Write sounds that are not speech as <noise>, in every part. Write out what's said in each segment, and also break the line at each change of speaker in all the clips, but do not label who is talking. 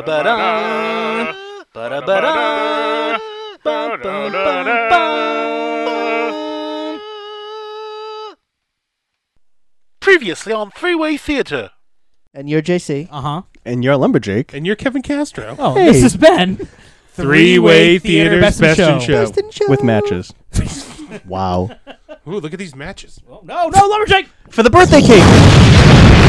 Ba-da-ba-da. Ba-da-ba-da. Ba-bum-bum-bum. Previously on Three Way Theatre.
And you're JC.
Uh huh.
And you're a lumberjack.
And you're Kevin Castro.
Oh,
Hey.
this has been
Three-way theater's best in show.
Best in show. With matches. wow.
Ooh, look at these matches.
Oh, no, no, lumberjack.
For the birthday cake.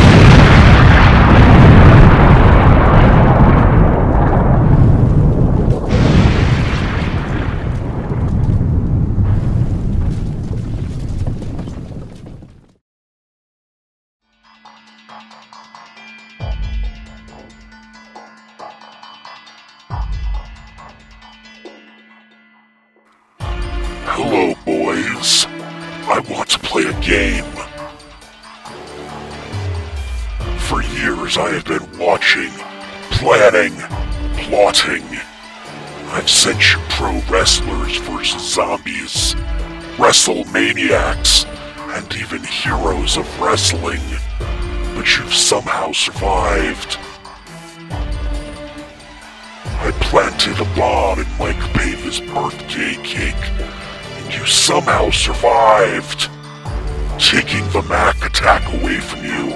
Hello, boys. I want to play a game. For years, I have been watching, planning, plotting. I've sent you pro wrestlers versus zombies, WrestleManiacs, and even heroes of wrestling. But you've somehow survived. I planted a bomb in Mike Pave's birthday cake, and you somehow survived. Taking the Mac attack away from you,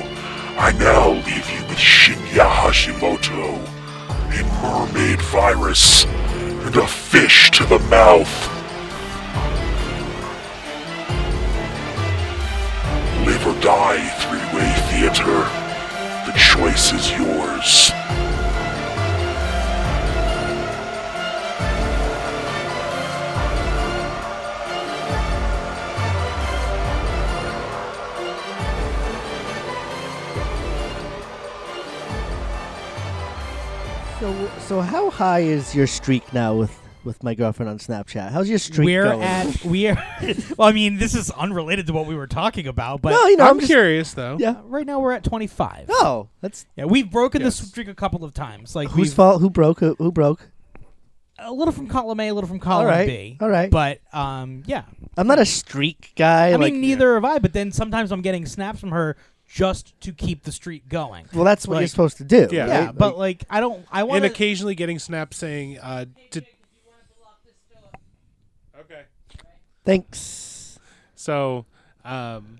I now leave you with Shinya Hashimoto, a mermaid virus, and a fish to the mouth. Live or die, three-way theater. The choice is yours.
So, so how high is your streak now with, with my girlfriend on Snapchat? How's your streak
we're
going?
at we are. <laughs> well, I mean, this is unrelated to what we were talking about, but
no, you know, Ah, I'm,
I'm,
just,
curious though.
Yeah.
right now we're at twenty five.
No, that's
Yeah, we've broken this
Yes.
streak a couple of times. Like
whose
we've-
fault? Who broke? Who, who broke?
a little from column A, a little from column
All right,
B.
all right.
But um, yeah.
I'm not a streak guy.
I,
like,
mean, neither have I. But then sometimes I'm getting snaps from her just to keep the streak going.
Well, that's what you're
like-
supposed to do.
Yeah.
yeah,
right?
but like I don't. I want
And occasionally getting snaps saying, uh, did- Okay.
thanks.
So, um,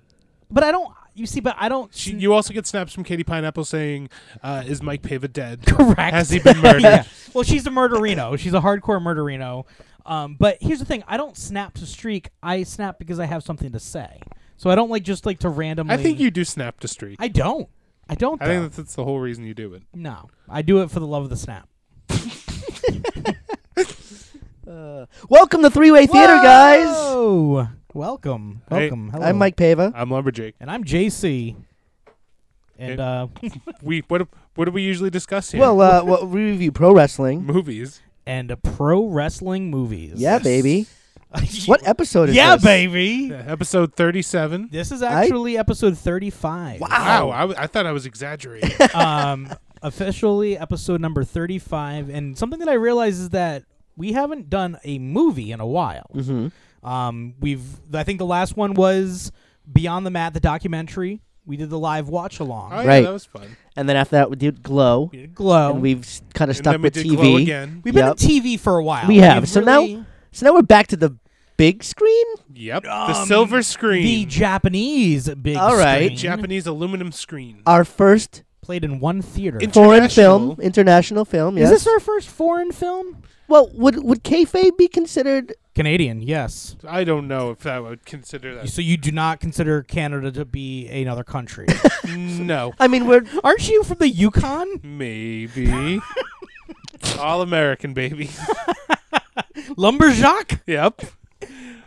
but I don't. You see, but I don't.
she, you also get snaps from Katie Pineapple saying, uh, is Mike Pava
<laughs>
dead?
correct.
Has he been
<laughs>
murdered?
yeah. Well, she's a murderino. She's a hardcore murderino. Um, but here's the thing: I don't snap to streak. I snap because I have something to say. So I don't like just like to randomly.
I think you do snap to streak.
I don't. I don't.
I
though.
think that's, that's the whole reason you do it.
no, I do it for the love of the snap.
Welcome to Three Way Theater,
Oh.
guys.
Whoa! Welcome,
Hey.
welcome. Hello.
I'm Mike Pava.
I'm Lumberjake.
and I'm JC. And
Hey.
uh,
We what what do we usually discuss here?
Well, uh, well, we review pro
<laughs>
wrestling.
movies.
and uh, pro wrestling movies. <laughs>
Yeah, baby. What episode is
yeah,
this?
baby.
Uh, Episode 37.
This is
I-
actually episode thirty-five.
Wow, I, w- I thought I
<laughs>
was exaggerating.
um, officially episode number 35 and something that i realize is that we haven't done a movie in a while
Mm-hmm.
um, we've i think the last one was beyond the mat the documentary we did the live watch along
Oh, yeah,
Right.
that was fun.
And then after that, we did Glow,
we did glow
and we've kind of
And
stuck
then we
with
did
TV.
Glow again.
have been
Yep.
in tv for a while
We have. So now-
really-
So now we're back to the big screen.
Yep. the silver
Um, the
screen.
japanese big
All right.
screen,
Japanese aluminum screen.
Uh,
Our first
played in one theater
In-
foreign
International.
film, international film. Yes.
is this our first foreign film
well, would would kayfabe be considered?
canadian yes
I don't know if I would consider that.
so you do not consider canada to be
<laughs>
another country
<laughs> no.
I mean, we're
aren't you from the yukon <laughs>
Maybe. All American, baby. <laughs>
lumberjack
yep.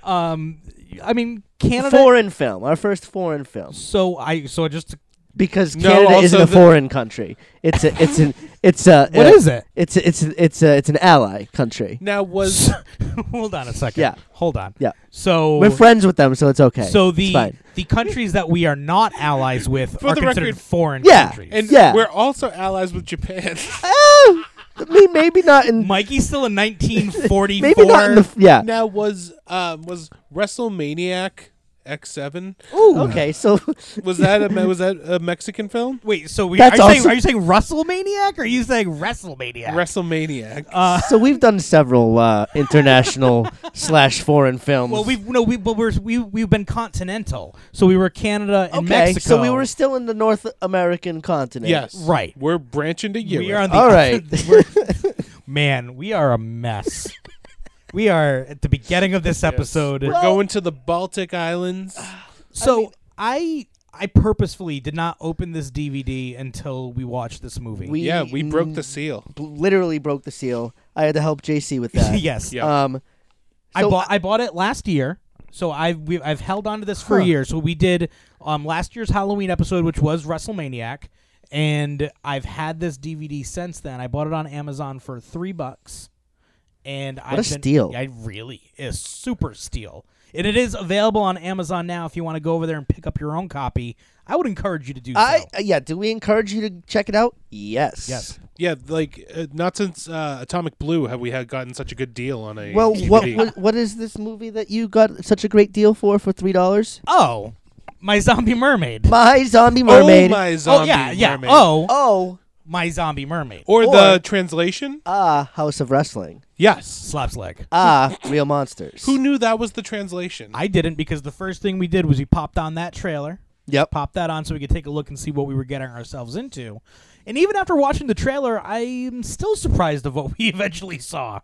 um i mean <laughs> canada
foreign film. Our first foreign film
so i so I just
because
No,
Canada
also
isn't a
the-
foreign country. It's a it's an it's a
What
uh,
is it
It's a, it's a, it's a, it's an ally country.
Now was
<laughs> hold on a second
Yeah.
hold on
Yeah.
so
We're friends with them, so it's okay.
so
It's
the <laughs>
fine.
the countries that we are not allies with
For
are
the
considered
record-
foreign
Yeah.
countries
and
Yeah.
we're also allies
<laughs>
with Japan.
Uh,
Oh, I mean, maybe not in
mikey's
<laughs>
still in 1944
maybe not in the yeah.
now was um was WrestleManiac X7.
Okay,
<laughs>
so
Was that a was that a Mexican film?
Wait, so we, are,
That's
you saying,
awesome.
are you saying WrestleManiac or are you saying WrestleManiac?
WrestleManiac.
Uh,
so we've done several uh,
<laughs>
international slash foreign films.
well, we've no, we but we're, we we've been continental, so we were Canada and
okay,
Mexico.
so we were still in the North American continent.
yes.
right.
We're branching to Europe.
We are on the
All right.
<laughs>
<laughs>
we're- man, we are a mess. we are at the beginning of this episode.
We're going to the Baltic Islands.
Uh, So I, I purposefully did not open this DVD until we watched this movie.
We-
Yeah, we broke the seal.
B- literally broke the seal. I had to help JC
<laughs>
with that.
<laughs> yes,
Yeah.
Um,
I
so
bought I bought it last year. So I've we, I've held on to this for
Huh.
years. So we did um, last year's Halloween episode, which was WrestleManiac, and I've had this DVD since then. I bought it on Amazon for three bucks, and I've
a
been-
steal.
I really is super steal, and it is available on Amazon now. If you want to go over there and pick up your own copy, I would encourage you to do
I
so.
uh, yeah. Do we encourage you to check it out? Yes.
Yes.
Yeah, like uh, not since uh, Atomic Blue have we had gotten such a good deal on a.
Well,
DVD.
what was, what is this movie that you got such a great deal for for three dollars?
Oh, my zombie mermaid.
My Zombie
Oh
Mermaid.
my zombie
oh yeah, yeah.
mermaid.
Oh,
Oh,
my zombie mermaid.
Or,
Or-
the translation?
ah, House of Wrestling.
Yes.
Slaps leg.
Ah, Real Monsters.
Who knew that was the translation?
I didn't because the first thing we did was we popped on that trailer.
Yep.
Popped that on so we could take a look and see what we were getting ourselves into. And even after watching the trailer, I'm still surprised of what <laughs> we eventually saw.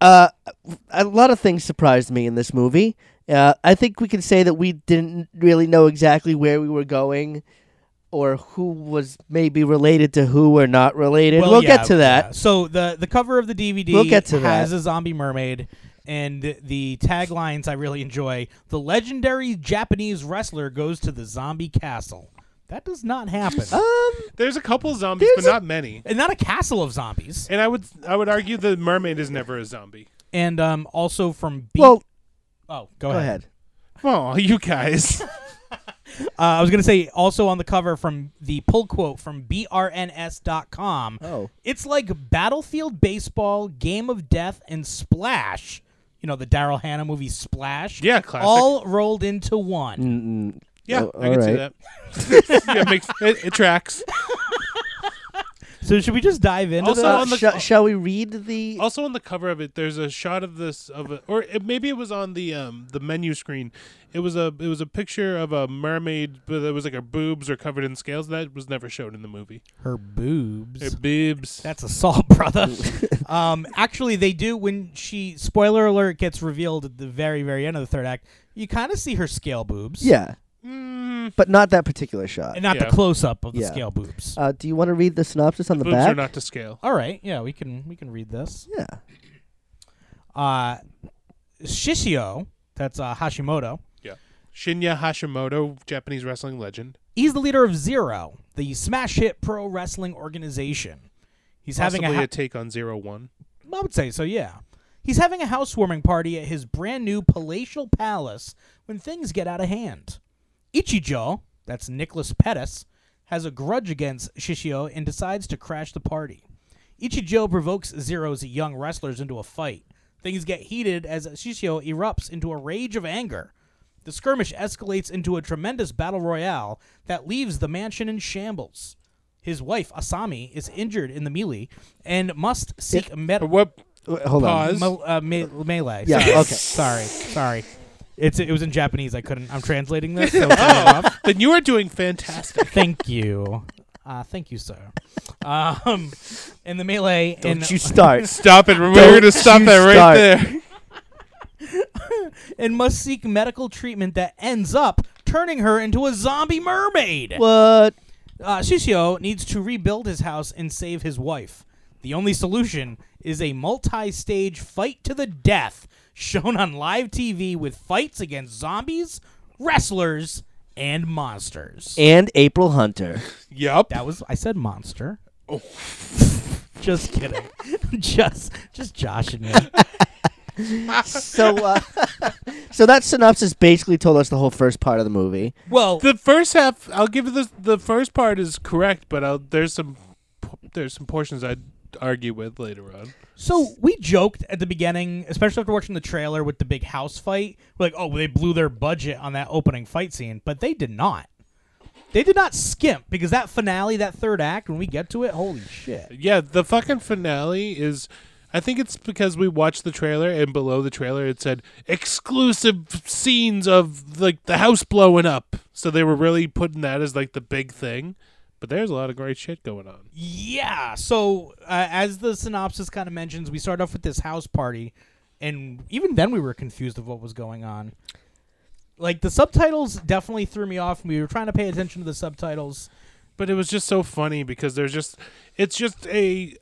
Uh, a lot of things surprised me in this movie. Uh, I think we can say that we didn't really know exactly where we were going, or who was maybe related to who or not related. we'll
yeah,
get to that.
yeah. So the the cover of the DVD
We'll get to
has
that.
a zombie mermaid and the taglines I really enjoy. The legendary Japanese wrestler goes to the zombie castle. That does
<gasps>
not happen.
Oh. Um,
There's a couple zombies, but not many.
and not a castle of zombies.
And I would I would argue the mermaid is never a zombie.
And um also from B-
Well,
Oh, go,
go
ahead.
ahead.
Oh, you guys.
Uh, I was going to say also on the cover from the pull quote from brns.com.
Oh.
It's like Battlefield Baseball, Game of Death, and Splash. You know, the Daryl Hannah movie Splash.
Yeah, classic.
All rolled into
Mm.
one.
Yeah,
Oh,
I can see
alright.
that. <laughs> yeah, it makes it, it tracks.
So should we just dive into
Also
the-
Uh,
on the-
sha- shall we read the?
Also on the cover of it, there's a shot of this of a, or it, maybe it was on the um the menu screen. It was a it was a picture of a mermaid, but it was like her boobs are covered in scales. That was never shown in the movie.
her boobs?
Her boobs.
That's assault, <laughs> brother.
<laughs>
um, actually, they do when she spoiler alert gets revealed at the very, very end of the third act. You kind of see her scale boobs,
yeah,
mm.
but not that particular shot.
and not
Yeah.
the close up of the
Yeah.
scale boobs.
Uh, do you want to read the synopsis on the
boobs
back?
are not to scale.
All right, yeah, we can we can read this.
yeah.
uh, Shishio, that's uh, Hashimoto,
Yeah. Shinya Hashimoto, Japanese wrestling legend.
he's the leader of Zero, the smash hit pro wrestling organization. He's
Possibly
having a,
a
ha-
take on zero one.
I would say so, yeah. He's having a housewarming party at his brand new palatial palace when things get out of hand. Ichijo, that's Nicholas Pettis, has a grudge against Shishio and decides to crash the party. Ichijo provokes Zero's young wrestlers into a fight. Things get heated as Shishio erupts into a rage of anger. The skirmish escalates into a tremendous battle royale that leaves the mansion in shambles. His wife, Asami, is injured in the melee and must seek medical.
What?
Wait, hold on.
Pause.
Me- uh, me- melee.
Yeah,
Sorry.
okay.
Sorry. Sorry. It's it was in Japanese. I couldn't. I'm translating
<laughs>
this. So it's off.
then you are doing fantastic.
Thank you. Uh, thank you, sir. Um, in the melee, in,
Don't you
<laughs>
start.
Stop it. We're going to stop
you
that right
start.
there.
and must seek medical treatment that ends up turning her into a zombie mermaid.
what?
Uh, Shishio needs to rebuild his house and save his wife. The only solution is a multi stage fight to the death shown on live TV with fights against zombies, wrestlers, and monsters.
And April
<laughs>
Hunter.
<laughs> Yup.
that was, I said monster. <laughs> just kidding. <laughs> just, just joshing me.
So, uh, <laughs> so that synopsis basically told us the whole first part of the movie.
Well,
The first half, I'll give you the the first part is correct, but I'll, there's some there's some portions I argue with later on.
So we joked at the beginning, especially after watching the trailer with the big house fight. We're like, oh, they blew their budget on that opening fight scene, but they did not. They did not skimp because that finale, that third act, when we get to it, holy shit!
Yeah, the fucking finale is. I think it's because we watched the trailer and below the trailer it said exclusive scenes of like the house blowing up. So they were really putting that as like the big thing. But there's a lot of great shit going on.
Yeah. So uh, as the synopsis kind of mentions, we start off with this house party, and even then we were confused of what was going on. Like the subtitles definitely threw me off. and We were trying to pay attention to the subtitles.
but it was just so funny because there's just it's just a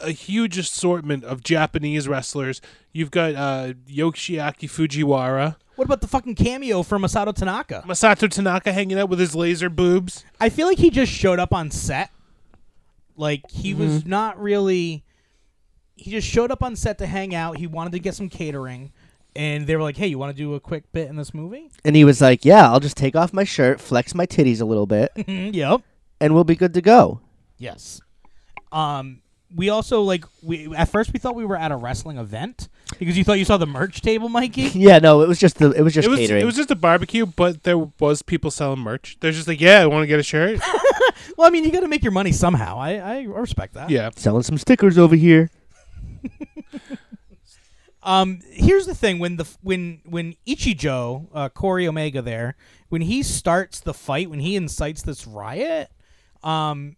a huge assortment of Japanese wrestlers. You've got uh, Yoshiaki Fujiwara,
What about the fucking cameo from Masato Tanaka?
Masato Tanaka hanging out with his laser boobs.
I feel like he just showed up on set. Like he was not really. He just showed up on set to hang out. He wanted to get some catering, and they were like, "Hey, you want to do a quick bit in this movie?"
And he was like, "Yeah, I'll just take off my shirt, flex my titties a little
<laughs>
bit,
Mm, yep.
and we'll be good to go."
Yes. Um. We also like we at first we thought we were at a wrestling event because you thought you saw the merch
<laughs>
table, Mikey.
Yeah, no, it was just the it was just
It was
catering.
it was just a barbecue, but there was people selling merch. They're just like, yeah, I want to get
<laughs>
a shirt.
well, I mean, you got to make your money somehow. I I respect that.
yeah,
Selling some stickers over here.
Um, here's the thing: when the when when Ichijo, uh, Corey Omega, there, when he starts the fight, when he incites this riot, um,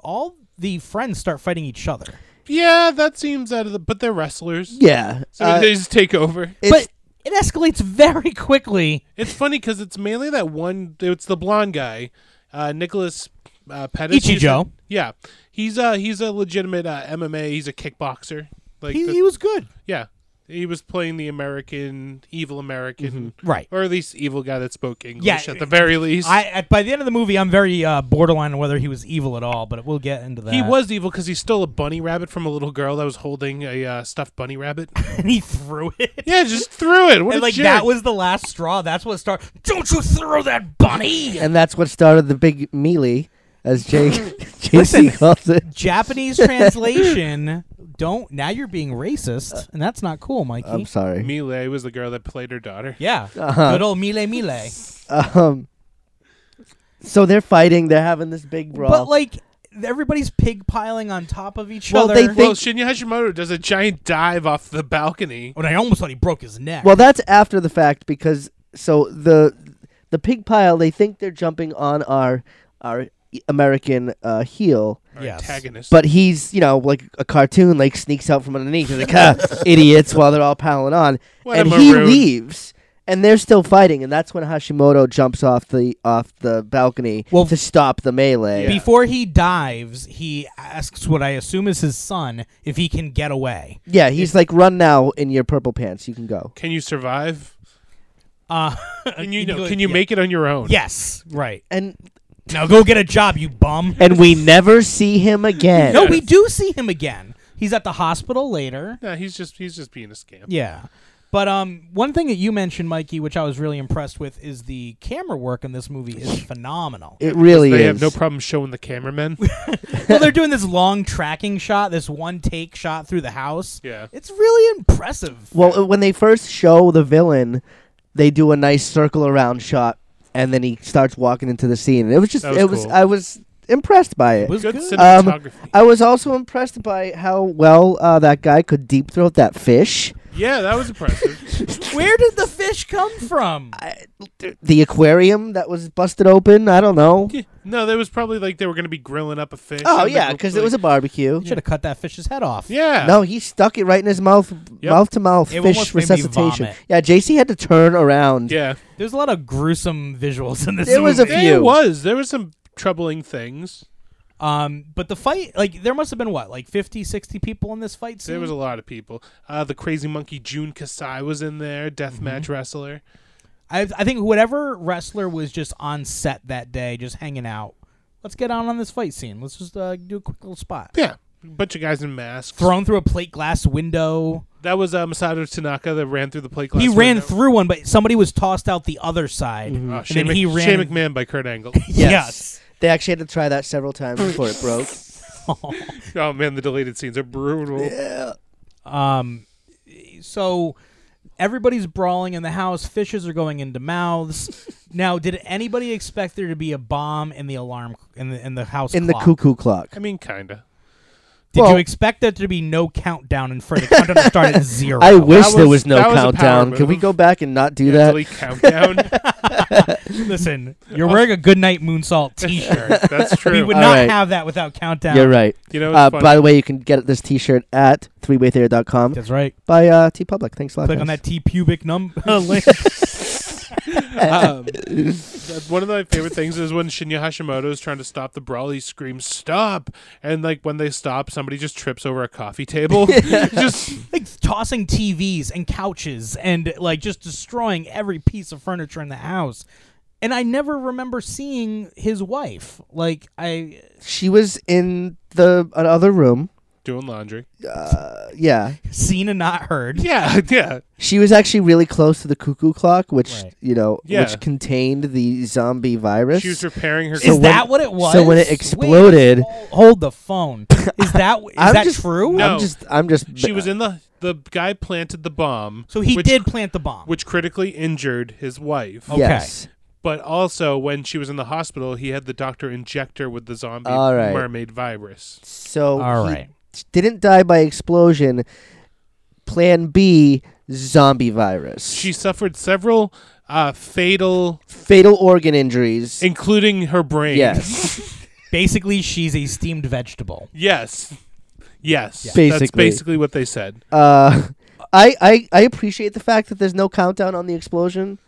all the friends start fighting each other.
yeah, that seems out of the. But they're wrestlers,
Yeah,
so
uh,
they just take over.
it's-
but it escalates very quickly.
It's funny because it's mainly that one. It's the blonde guy, uh, Nicholas uh, Pettis.
Ichijo.
He's a- yeah, he's a he's a legitimate uh, MMA. He's a kickboxer. Like
He,
the-
he was good,
yeah, he was playing the American evil American,
right?
or at least evil guy that spoke English
Mm-hmm. Yeah,
at the very least.
I at, by the end of the movie, I'm very uh, borderline on whether he was evil at all, but we'll get into that.
he was evil because he stole a bunny rabbit from a little girl that was holding a uh, stuffed bunny rabbit.
<laughs>
<laughs>
and he threw it.
yeah, just threw it. What
And
a
like
jerk.
that was the last straw. That's what started. Don't you throw that bunny!
and that's what started the big melee, as
<laughs>
Jake JC calls it. <laughs>
Japanese translation. Don't now you're being racist, and that's not cool, Mikey.
I'm Uh-huh. sorry.
Mile was the girl that played her daughter.
yeah, good old mile mile.
Um, so they're fighting. They're having this big brawl.
But like everybody's pig piling on top of each
Well,
other.
they think-
Well, Shinya Hashimoto does a giant dive off the balcony.
When Oh, I almost thought he broke his neck.
Well, that's after the fact because so the the pig pile they think they're jumping on our our American uh, heel,
Our
Yes.
antagonist.
but he's you know like a cartoon like sneaks out from underneath and like
<laughs>
ah, idiots while they're all piling on,
What a
and he
maroon.
leaves. And they're still fighting, and that's when Hashimoto jumps off the off the balcony
Well,
to stop the melee.
Yeah.
Before he dives, he asks what I assume is his son if he can get away.
Yeah, he's like, "Run now in your purple pants. You can go."
Can
<laughs>
you survive?
Uh, <laughs>
Can you
he'd
no,
go-
can you
yeah.
make it on your own?
Yes, right.
And
Now go get a job, you bum.
and we never see him again.
No, we do see him again. He's at the hospital later.
No, he's just he's just being a scam.
Yeah. But um, one thing that you mentioned, Mikey, which I was really impressed with, is the camera work in this movie
<laughs>
is phenomenal.
it really
They
is.
have no problem showing
<laughs>
the cameramen.
well, they're doing this long tracking shot, this one take shot through the house.
Yeah.
It's really impressive. <laughs>
Well, uh, when they first show the villain, they do a nice circle around shot, and then he starts walking into the scene. It was just,
That was
it was,
cool.
I was impressed by it.
It was
Good
good.
Um,
cinematography.
I was also impressed by how well uh, that guy could deep throat that fish.
yeah, that was impressive. <laughs>
Where did the fish come from?
The aquarium that was busted open. I don't know.
Yeah. No, that was probably like they were going to be grilling up a fish.
Oh
and
yeah,
like,
because
like-
it was a barbecue.
Should have cut that fish's head off.
yeah.
No, he stuck it right in his mouth,
Yep.
mouth to mouth
It
fish
almost made me
resuscitation.
vomit.
Yeah, JC had to turn around.
Yeah.
There's a lot of gruesome visuals in this
There
movie.
was a
Yeah,
few.
it was. There were some troubling things.
um, but the fight, like, there must have been what, like 50, 60 people in this fight scene?
There was a lot of people. Uh, the crazy monkey June Kasai was in there,
Mm-hmm.
deathmatch wrestler.
I, I think whatever wrestler was just on set that day, just hanging out. Let's get on on this fight scene. Let's just uh, do a quick little spot.
Yeah. Bunch of guys in masks.
Thrown through a plate glass window.
That was uh, Masato Tanaka that ran through the plate glass.
he ran
window.
through one, but somebody was tossed out the other side.
Mm-hmm.
Oh,
and
Shane,
then he
Mc-
<laughs>
ran.
Shane McMahon by Kurt Angle.
Yes.
They actually had to try that several times before it broke.
Oh man, the deleted scenes are brutal.
Um, so everybody's brawling in the house. Fishes are going
<laughs>
into mouths. now, did anybody expect there to be a bomb in the alarm in the in the house
in the
clock?
cuckoo clock.
I mean, kinda.
Did
Well-
you expect there to be no countdown in front of the countdown to
<laughs>
start at zero?
I wish
That
there
was-
was no
that was a power
countdown. Can we
move.
go back and not do that?
Delete countdown.
<laughs>
Listen, <laughs> you're wearing a Goodnight
<laughs>
Moonsault T-shirt.
That's true.
we would
All
not
right.
have that without countdown.
You're right.
you know, it's
Uh,
funny.
by the way, you can get this T-shirt at threewaytheater.com
That's right.
by uh, T Public. Thanks a lot.
Click
guys.
on that T pubic
<laughs>
num <laughs> link.
um, that's one of my favorite things is when Shinya Hashimoto is trying to stop the brawl. He screams "Stop!" and like when they stop, somebody just trips over a coffee table. <laughs> just
like tossing TVs and couches and like just destroying every piece of furniture in the house. And I never remember seeing his wife. Like I
She was in the another room.
doing laundry.
Uh, yeah,
seen and not
<laughs>
heard.
Yeah, <laughs> yeah.
she was actually really close to the cuckoo clock, which
Right.
you know,
Yeah.
which contained the zombie virus.
She was repairing her.
Is
when-
that what it was?
so when it
Wait,
exploded-
hol- hold
<laughs>
the phone. Is that is
I'm
that
just-
true?
No.
I'm just. I'm just.
she was in the the guy planted the bomb.
So he
which-
did plant the bomb.
which critically injured his wife.
Okay.
Yes.
But also, when she was in the hospital, he had the doctor inject her with the zombie
All right.
mermaid virus.
So
All
he
right.
didn't die by explosion. Plan B: zombie virus.
She suffered several uh, fatal,
fatal organ injuries.
including her brain.
Yes.
Basically, she's a steamed vegetable.
Yes. Yes. That's
Basically.
basically what they said.
uh, I, I I appreciate the fact that there's no countdown on the explosion.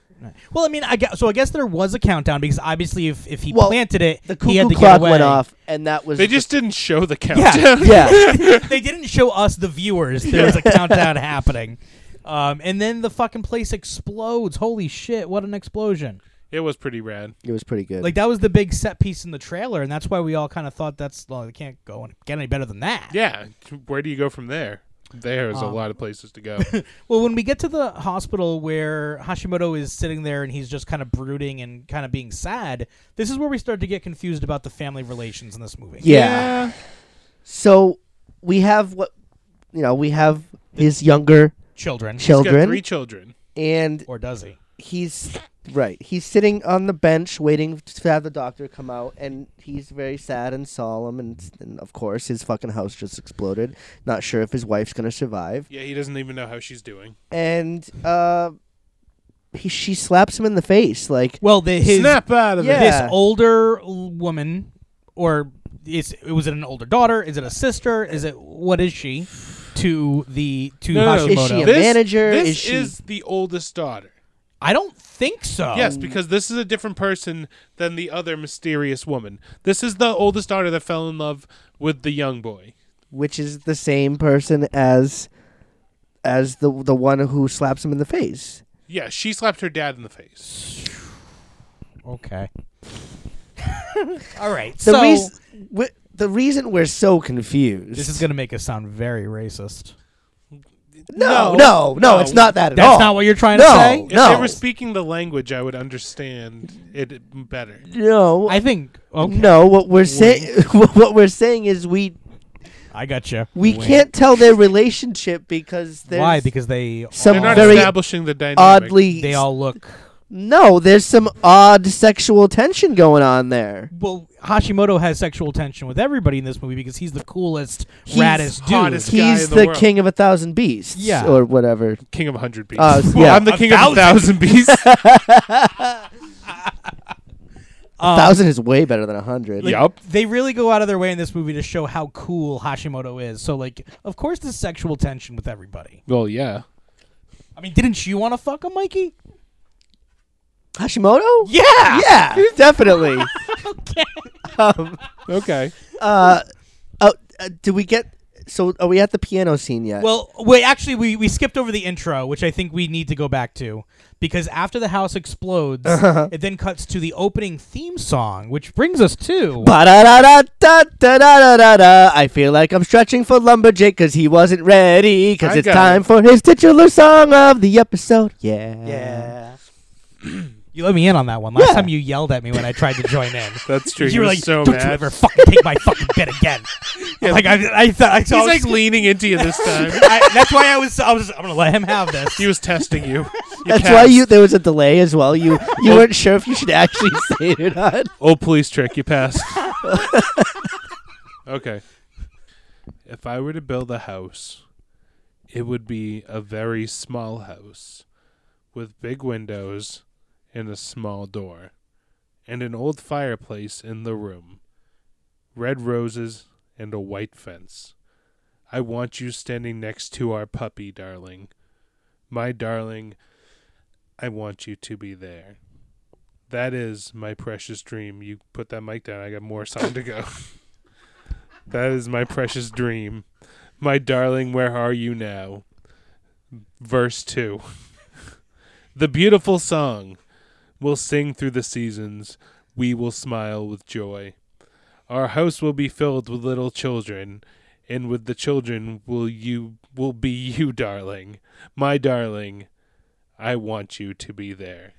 Well, I mean, I guess, so I guess there was a countdown because obviously, if, if he
Well,
planted it,
The
he
cuckoo
had to get
clock
away.
went off, and that was
They
the-
just didn't show the countdown.
yeah.
they didn't show us the viewers
<laughs>
there was a countdown happening um, and then the fucking place explodes holy shit what an explosion
<laughs> it was pretty rad.
it was pretty good.
like that was the big set piece in the trailer and that's why we all kind of thought that's well, it can't go and get any better than that
Yeah. Where do you go from there? There's a lot of places
<laughs>
to go.
well when we get to the hospital where hashimoto is sitting there and he's just kind of brooding and kind of being sad this is where we start to get confused about the family relations in this movie
yeah. So we have what you know. We have his younger
children
He's got
children,
three children.
and
or does he
he's right. He's sitting on the bench waiting to have the doctor come out, and he's very sad and solemn. And, and of course, his fucking house just exploded. Not sure if his wife's gonna survive.
Yeah, he doesn't even know how she's doing.
And uh, he she slaps him in the face like
well the, his
Snap out of
Yeah.
it.
this older l- woman or is was it an older daughter is it a sister is it what is she to the to
No, no, no.
Hashimoto
Is she a-
This,
manager,
This
is she-
the oldest daughter.
I don't think so
Yes,
Oh.
because this is a different person than the other mysterious woman. This is the oldest daughter that fell in love with the young boy.
which is the same person as as the the one who slaps him in the face.
Yeah, she slapped her dad in the face.
okay <laughs> all right
The
so
reason we- the reason we're so confused.
this is going to make us sound very racist
no,
No.
no, no,
No.
it's not that at
that's
all.
not what you're trying
No.
to say
If
No.
they were speaking the language, I would understand it better.
no,
I think okay
no. What we're saying, <laughs> what we're saying is we
I got gotcha. you
we can't tell their relationship because there's
<laughs> why because they
Some
They're
all-
not
very
establishing the dynamic.
oddly
they all look
no. There's some odd sexual tension going on there.
well Hashimoto has sexual tension with everybody in this movie because he's the coolest
He's
raddest dude
hottest This guy
He's
in the
the,
world.
king of a thousand beasts,
Yeah.
or whatever.
king of a hundred beasts. <laughs>
Uh,
well,
yeah.
I'm the
A
king of a thousand beasts.
<laughs>
Um,
a thousand is way better than a hundred.
yup.
they really go out of their way in this movie to show how cool Hashimoto is. So like, of course, there's sexual tension with everybody.
Well, yeah.
I mean, didn't you want to fuck him, Mikey?
Hashimoto?
Yeah.
Yeah,
<laughs>
definitely.
Okay.
uh, oh, uh, do we get? So are we at the piano scene yet?
Well, wait. Actually, we we skipped over the intro, which I think we need to go back to because after the house explodes, it then cuts to the opening theme song, which brings us to.
Ba-da-da-da-da-da-da-da-da. I feel like I'm stretching for Lumberjack because he wasn't ready. Because
I
it's
got
time
it.
for his titular song of the episode. Yeah. Yeah.
you You let me in on that one. Last
Yeah.
time you yelled at me when I tried to join in.
That's
<laughs>
true.
You
He
were
was
like,
so
"Don't you
mad."
ever
<laughs>
fucking take my fucking bit again." like I, I, thought I
He's
saw.
like leaning into you this time.
<laughs> I, that's why I was. I was. I'm gonna let him <laughs> have this.
He was testing you. You
That's
cast.
why you there was a delay as well. You
<laughs>
you weren't sure if you should actually <laughs> say it or not.
Oh, police trick. You passed. <laughs> okay. If I were to build a house, it would be a very small house with big windows and a small door and an old fireplace in the room, red roses and a white fence. I want you standing next to our puppy, darling. My darling, I want you to be there. That is my precious dream. You put that mic down. I got more sound to go. <laughs> that is my precious dream. My darling, where are you now? Verse 2. <laughs> the beautiful song will sing through the seasons. We will smile with joy. Our house will be filled with little children, and with the children will you will be you, darling. My darling, I want you to be there.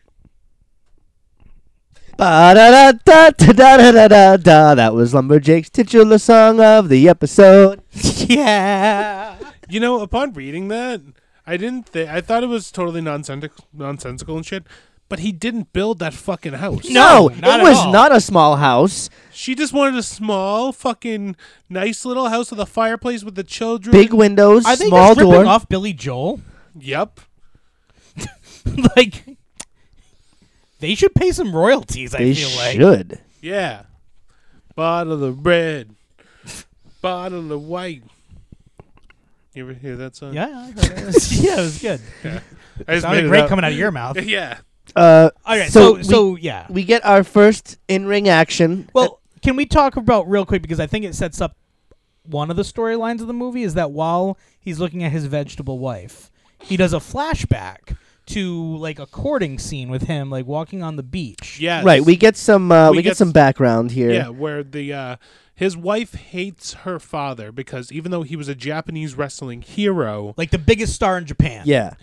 Ba-da-da-da-da-da-da-da-da. That was Lumberjack's titular song of the episode.
yeah.
You know, upon reading that, I didn't. Th- I thought it was totally nonsensical, nonsensical and shit. But he didn't build that fucking house.
No,
not
it
at
was
all.
not a small house.
She just wanted a small, fucking, nice little house with a fireplace with the children.
Big windows,
Are they
small
just ripping
door.
off Billy Joel? <laughs>
Yep.
like they should pay some royalties. I
They
feel like
should.
Yeah. Bottle of red. Bottle of white. You ever hear that song?
Yeah, I heard it. <laughs> yeah, it was good.
I just made
Sounded
it
great
up.
coming out of your
<laughs>
mouth.
Yeah.
Uh,
All right,
So
so so,
we-
yeah.
we get our first in-ring action.
Well, can we talk about real quick because I think it sets up one of the storylines of the movie is that while he's looking at his vegetable wife, he does a flashback to like a courting scene with him, like walking on the beach.
Yeah.
right. We get some. Uh, we,
We
get,
get
some
s-
background here.
Yeah, where the uh, his wife hates her father because even though he was a Japanese wrestling hero,
like the biggest star in Japan.
Yeah.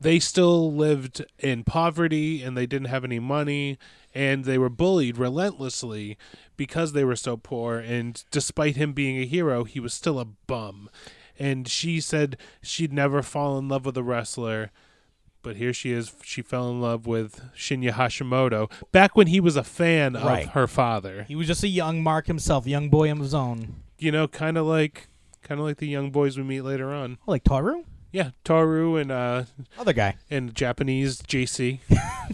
they still lived in poverty and they didn't have any money and they were bullied relentlessly because they were so poor and despite him being a hero he was still a bum and she said she'd never fall in love with a wrestler but here she is she fell in love with Shinya Hashimoto back when he was a fan
Right.
of her father
he was just a young Mark himself, young boy of his own,
you know kind of like kind of like the young boys we meet later on
Oh, like Toru,
yeah Toru and uh
other guy.
<laughs> and Japanese JC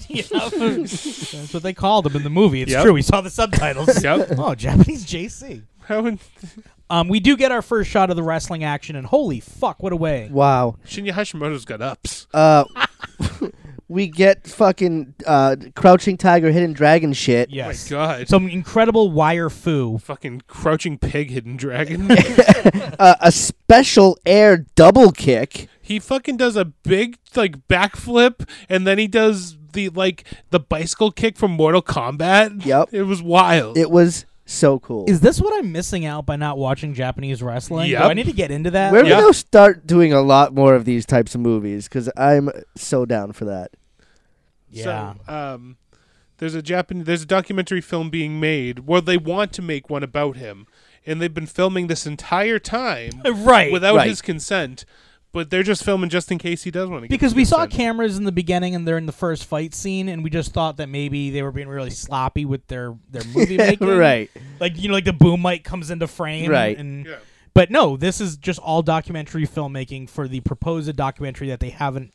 Yeah. That's what they called him in the movie. It's
Yep.
true. We saw the subtitles. <laughs>
Yep.
Oh, Japanese JC.
how in
Um, we do get our first shot of the wrestling action, and holy fuck, what a way!
Wow.
Shinya Hashimoto's got ups.
Uh, <laughs> we get fucking uh, crouching tiger, hidden dragon shit.
Yes.
My God.
Some incredible wire foo.
Fucking crouching pig
<laughs>
hidden dragon.
Uh, a special air double kick.
he fucking does a big like backflip and then he does the like the bicycle kick from Mortal Kombat.
Yep.
It was wild.
It was so cool.
Is this what I'm missing out by not watching Japanese wrestling? Do
Yep.
I need to get into that?
We're
Yeah.
gonna start doing a lot more of these types of movies because I'm so down for that.
yeah.
So, um there's a Japan there's a documentary film being made where they want to make one about him. And they've been filming this entire time
right.
without
right.
his consent. But they're just filming just in case he does want to
because we saw cameras in the beginning and they're in the first fight scene, and we just thought that maybe they were being really sloppy with their their movie making.
right.
like you know like the boom mic comes into frame
Right.
and
Yeah.
but no this is just all documentary filmmaking for the proposed documentary that they haven't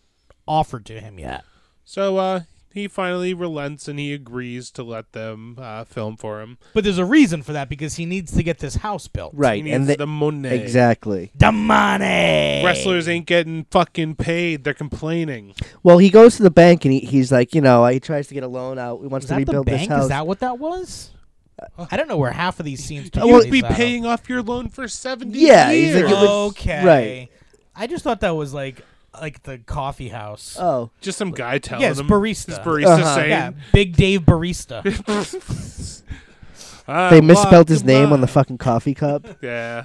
offered to him yet
So uh he finally relents and he agrees to let them uh, film for him.
but there's a reason for that because he needs to get this house built
He
Right.
needs
And they,
the money.
exactly.
the money
Wrestlers ain't getting fucking paid. They're complaining.
Well, he goes to the bank and he, he's like, you know, he tries to get a loan out. He wants
is
to
that the
rebuild
bank
this house. Uh,
is that what that was I don't know where half of these scenes took
You'd
place
be
out of.
paying off your loan for seventy
Yeah, he's
years.
like, it was-
okay
Right.
I just thought that was like like the coffee house
oh,
Just some guy telling
Yeah, it's
him
barista.
It's barista
Uh-huh.
saying
yeah Big Dave
<laughs>
barista
"I
Uh,
they misspelled
want
his
the
name on
money."
the fucking coffee
<laughs>
cup.
"Ah, Yeah.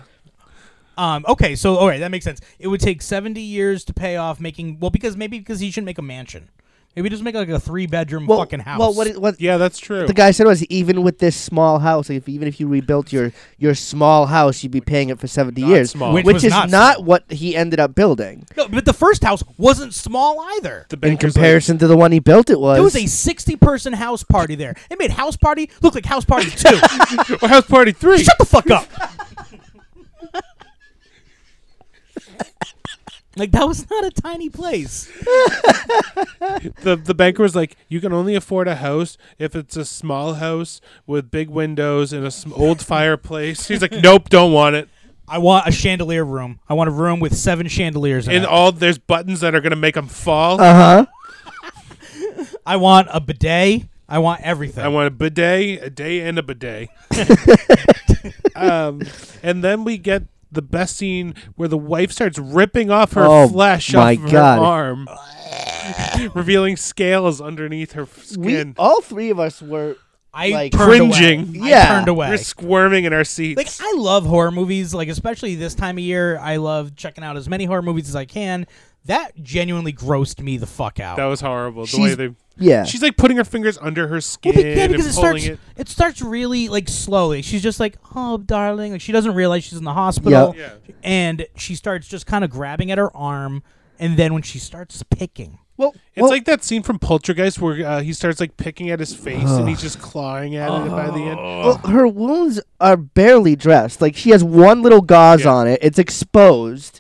Um, okay, so all right, that makes sense. It would take seventy years to pay off making well because maybe because he shouldn't make a mansion. Maybe just make like a three bedroom
Well,
fucking house.
Well, what, it- what
Yeah, that's true.
the guy said was even with this small house, if even if you rebuilt your your small house, you'd be paying it for seventy
Not
years,
small.
Which
which,
was
is
not
not, what he ended up building.
no, but the first house wasn't small either.
the
In
banker's like,
comparison to the one he built, it was.
There was a sixty person house party there. They made house party look like house party
<laughs>
two.
or house party three.
Shut the fuck
<laughs>
up. like that was not a tiny place.
the the banker was like, "You can only afford a house if it's a small house with big windows and a sm-
<laughs>
old fireplace." He's like, "Nope, don't want it."
I want a chandelier room. I want a room with seven chandeliers in
And
it.
all there's buttons that are gonna make them fall.
uh huh.
I want a bidet. I want everything.
I want a bidet, a day, and
<laughs>
a bidet. um, and then we get the best scene where the wife starts ripping off her
Oh,
flesh
my
off of
God.
her arm, <laughs> revealing scales underneath her f-
We
skin.
all three of us were.
I
like-
turned
Cringing.
Away. I
Yeah.
turned away.
We're squirming in our seats.
Like I love horror movies. Like especially this time of year, I love checking out as many horror movies as I can. That genuinely grossed me the fuck out.
that was horrible. The
She's-
way they.
Yeah.
She's like putting her fingers under her skin
Well, be- yeah,
and
because it
pulling
starts
it.
it. starts really like slowly. She's just like, "Oh, darling," like she doesn't realize she's in the hospital,
Yeah.
and she starts just kind of grabbing at her arm, and then when she starts picking,
well,
It's
well,
like that scene from Poltergeist where uh, he starts like picking at his face and he's just clawing at it by the
Oh.
end.
well, her wounds are barely dressed. Like she has one little gauze
Yeah.
on it. It's exposed.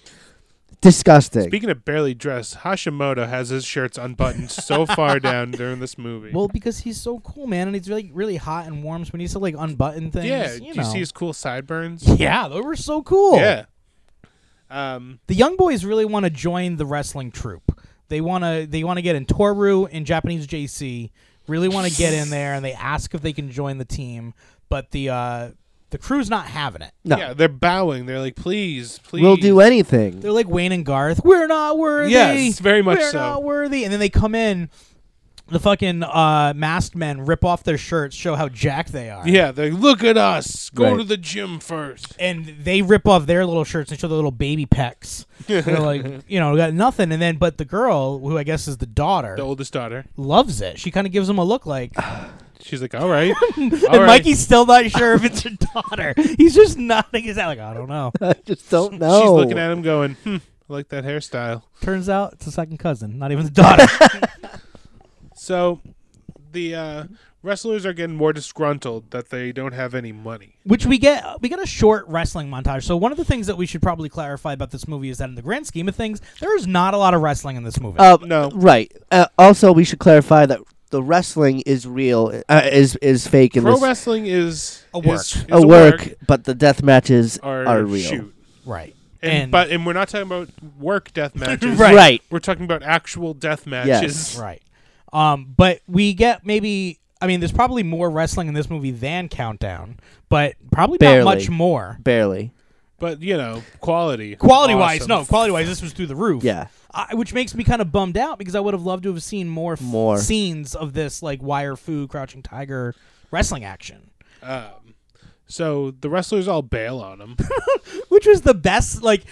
Disgusting.
Speaking of barely dressed, Hashimoto has his shirts unbuttoned so
<laughs>
far down during this movie.
well, because he's so cool, man, and he's really really hot and warm, so when he needs to like unbutton things.
yeah,
you
do you
know.
see his cool sideburns?
yeah, they were so cool.
Yeah. Um,
the young boys really want to join the wrestling troupe. They want to they want to get in Toru in Japanese JC. Really want to get in there, and they ask if they can join the team, but the uh, the crew's not having it.
no,
Yeah, they're bowing. They're like, please, please.
we'll do anything.
They're like Wayne and Garth. We're not worthy.
Yes, very much
We're
so.
not worthy. And then they come in. The fucking uh, masked men rip off their shirts, show how jacked they are.
Yeah, they look at us. Go
Right.
to the gym first.
And they rip off their little shirts and show the little baby pecs.
<laughs>
They're like, you know, got nothing. And then, but the girl, who I guess is the daughter,
The oldest daughter.
loves it. She kind of gives him a look
<laughs>
like,
She's like, all
<laughs>
right. and
and Mikey's still not sure if
<laughs>
it's her daughter. He's just nodding his head like, I don't know.
<laughs> I just don't know.
She's looking at him going, hmm, I like that hairstyle.
Turns out it's a second cousin, not even the daughter.
So the uh, wrestlers are getting more disgruntled that they don't have any money.
which we get we get a short wrestling montage. So one of the things that we should probably clarify about this movie is that in the grand scheme of things, there is not a lot of wrestling in this movie.
Uh,
No.
Right. Uh, also, we should clarify that the wrestling is real, uh, is is fake, and
Pro
this
wrestling is
A work.
is- is
a work, but the death matches
or
are, real.
shoot.
right.
And, but and we're not talking about work
<laughs>
death matches.
Right.
Right.
We're talking about actual death matches.
right. Um but we get maybe I mean there's probably more wrestling in this movie than Countdown, but probably
Barely.
not much more.
Barely.
But you know, quality.
Quality wise,
Awesome.
no, quality wise this was through the roof.
Yeah.
I, which makes me kind of bummed out because I would have loved to have seen more, f-
More.
scenes of this like wire foo crouching tiger wrestling action.
Um, so the wrestlers all bail on him.
which was the best. Like,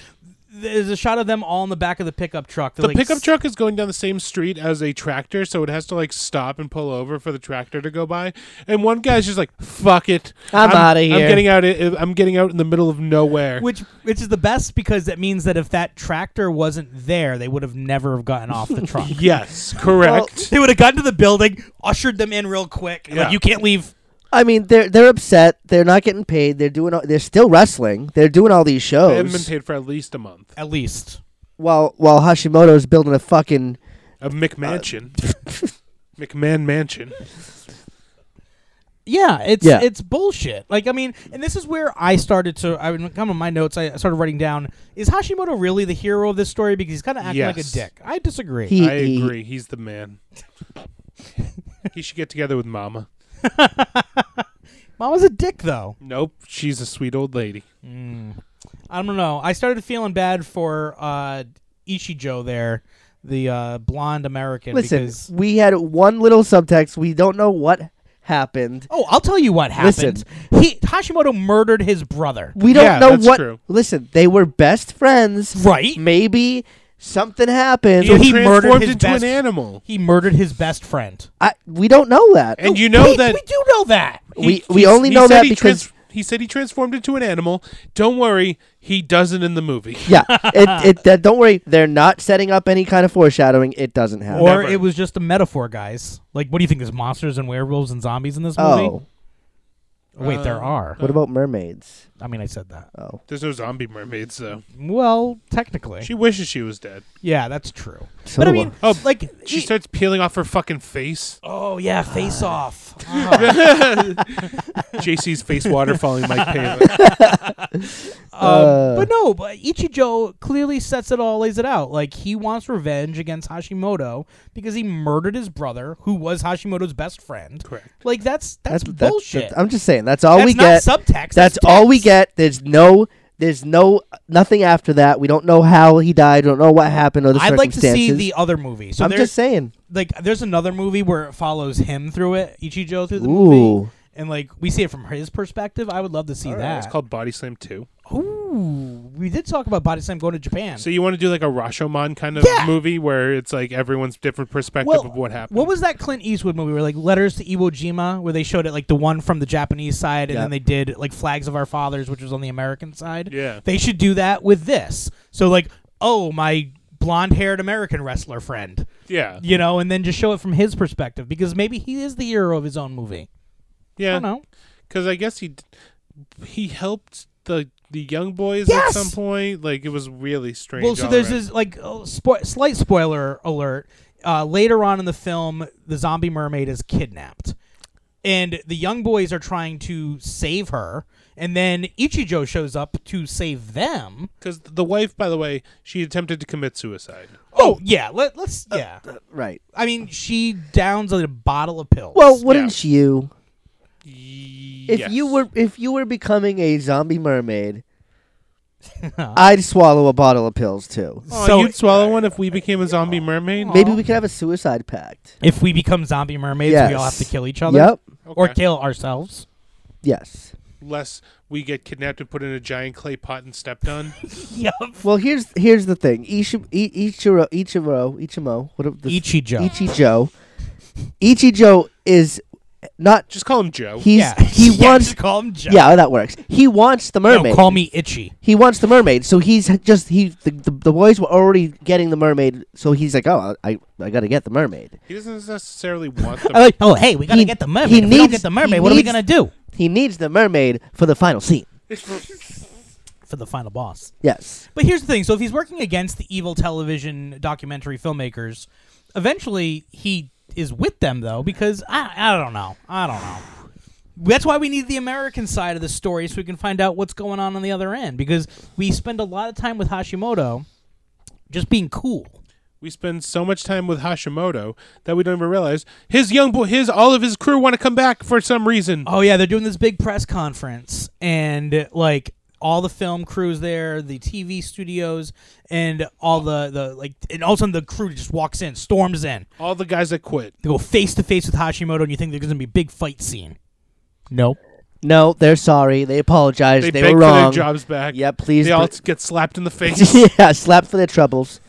there's a shot of them all in the back of the pickup truck.
The pickup truck is going down the same street as a tractor, so it has to like stop and pull over for the tractor to go by. And one guy's just like, "Fuck it,
I'm outta
I'm
here."
getting out. i- I'm getting out in the middle of nowhere."
Which, which is the best because that means that if that tractor wasn't there, they would have never have gotten off <laughs> the truck.
yes, correct.
They would have gotten to the building, ushered them in real quick. and
Yeah.
Like you can't leave.
I mean, they're they're upset. They're not getting paid. They're doing. All, they're still wrestling. They're doing all these
they haven't been
shows
paid for at least a month.
At least
while while Hashimoto's building a fucking.
A
Uh, <laughs>
McMansion, McMahon Mansion.
Yeah, it's
Yeah.
it's bullshit. Like I mean, and this is where I started to. I would come on my notes. I started writing down: Is Hashimoto really the hero of this story? Because he's kind of acting like a
Yes.
dick. I disagree.
He,
I
he-
agree. He's the man. he should get together with Mama.
Mom was a dick though.
Nope, she's a sweet old lady.
I don't know. I started feeling bad for uh, Ichijo there, the uh, blonde American.
Listen,
because,
we had one little subtext. We don't know what happened.
oh, I'll tell you what happened. He Hashimoto murdered his brother.
We don't
Yeah,
know
that's
what.
true.
Listen, they were best friends. <laughs>
Right.
Maybe something happened.
Yeah, he
transformed
murdered his
into
best-
an animal.
He murdered his best friend.
I, we don't know that.
And you know
Wait,
that
we do know that.
we
he-
we only
he
know
said
that
he
because
trans- he said he transformed into an animal. Don't worry, he doesn't in the movie.
yeah, it,
<laughs>
it that, don't worry, they're not setting up any kind of foreshadowing. It doesn't happen.
Or
Never.
it was just a metaphor, guys. Like, what do you think? There's monsters and werewolves and zombies in this movie?
oh,
Oh, Wait, there
Uh,
are.
what about mermaids?
I mean, I said that.
Oh,
There's no zombie mermaids though.
Well, technically.
She wishes she was dead.
yeah, that's true.
so
But I mean,
Oh,
like,
She
e-
starts peeling off her fucking face.
<laughs> oh, yeah,
<sighs>
face off. Uh-huh. <laughs>
JC's face water following Mike Pava.
Uh.
Um, but no, but Ichijo clearly sets it all, lays it out. Like he wants revenge against Hashimoto because he murdered his brother, who was Hashimoto's best friend.
Correct.
Like that's that's,
that's- that's-
bullshit.
I'm just saying that's all
That's
we get.
not subtext.
That's all we
text.
get. There's no. There's no nothing after that. We don't know how he died. Don't know what happened or the
I'd like to
circumstances.
see the other movie. So
I'm
there's
just saying.
like there's another movie where it follows him through it, Ichijo through the
Ooh.
movie, and like we see it from his perspective. I would love to see that.
It's called Body Slam Two.
Ooh, we did talk about Body Slam going to Japan.
So you want to do like a Rashomon kind of
Yeah.
movie where it's like everyone's different perspective
well,
of what happened.
What was that Clint Eastwood movie where like Letters to Iwo Jima, where they showed it like the one from the Japanese side, and
Yeah.
then they did like Flags of Our Fathers, which was on the American side.
Yeah.
they should do that with this. So like, oh my blonde-haired American wrestler friend,
yeah.
you know, and then just show it from his perspective because maybe he is the hero of his own movie. I don't
Yeah.
know.
Because I guess he d- he helped the the young boys
Yes!
at some point. Like it was really strange.
Well, so
all
there's
around.
this like oh, spo- slight spoiler alert. Uh, later on in the film, the zombie mermaid is kidnapped, and the young boys are trying to save her. And then Ichijo shows up to save them.
Because the wife, by the way, she attempted to commit suicide.
Oh yeah, let, let's
Uh,
yeah.
Right.
I mean, she downs a bottle of pills.
Well, wouldn't you? If
If
you were if you were becoming a zombie
<laughs>
mermaid, I'd swallow a bottle of pills too.
oh,
so-
you'd swallow one if we became a zombie mermaid.
Maybe we could have a suicide pact.
if we become zombie mermaids, we all
Yes.
have to kill each other.
Yep.
Or
Okay.
kill ourselves.
Yes.
Unless we get kidnapped and put in a giant clay pot and stepped
<laughs>
on.
Yep.
Well, here's here's the thing. e, Ichi, I- Ichiro Ichiro Ichimo. What the
Ichijo.
Ichijo. Ichijo is not.
Just call him Joe.
He's
yeah.
he
<laughs> yeah,
wants.
just call him Joe.
Yeah, that works. He wants the mermaid.
No, call me Itchy.
he wants the mermaid, so he's just he. The, the, the boys were already getting the mermaid, so he's like, oh, I I gotta get the mermaid.
he doesn't necessarily want
<laughs>
the
I like-
Oh, hey, we gotta
He-
get the mermaid.
he
if we don't
needs-
get the
he
mermaid, what are we
needs-
gonna do
He needs the mermaid for the final scene.
for the final boss?
Yes.
But here's the thing: so if he's working against the evil television documentary filmmakers, eventually he is with them, though, because I, I don't know, I don't know. That's why we need the American side of the story so we can find out what's going on on the other end. Because we spend a lot of time with Hashimoto, just being cool.
We spend so much time with Hashimoto that we don't even realize his young boy, his all of his crew want to come back for some reason.
Oh yeah, they're doing this big press conference, and like all the film crews there, the TV studios, and all the the like, and all of a sudden the crew just walks in, storms in.
All the guys that quit.
They go face to face with Hashimoto, and you think there's gonna be a big fight scene. Nope.
No, they're sorry. They apologized.
They,
They,
beg
were wrong.
for their jobs back.
Yeah, please
They all
pr-
get slapped in the face.
<laughs> yeah, slapped for their troubles.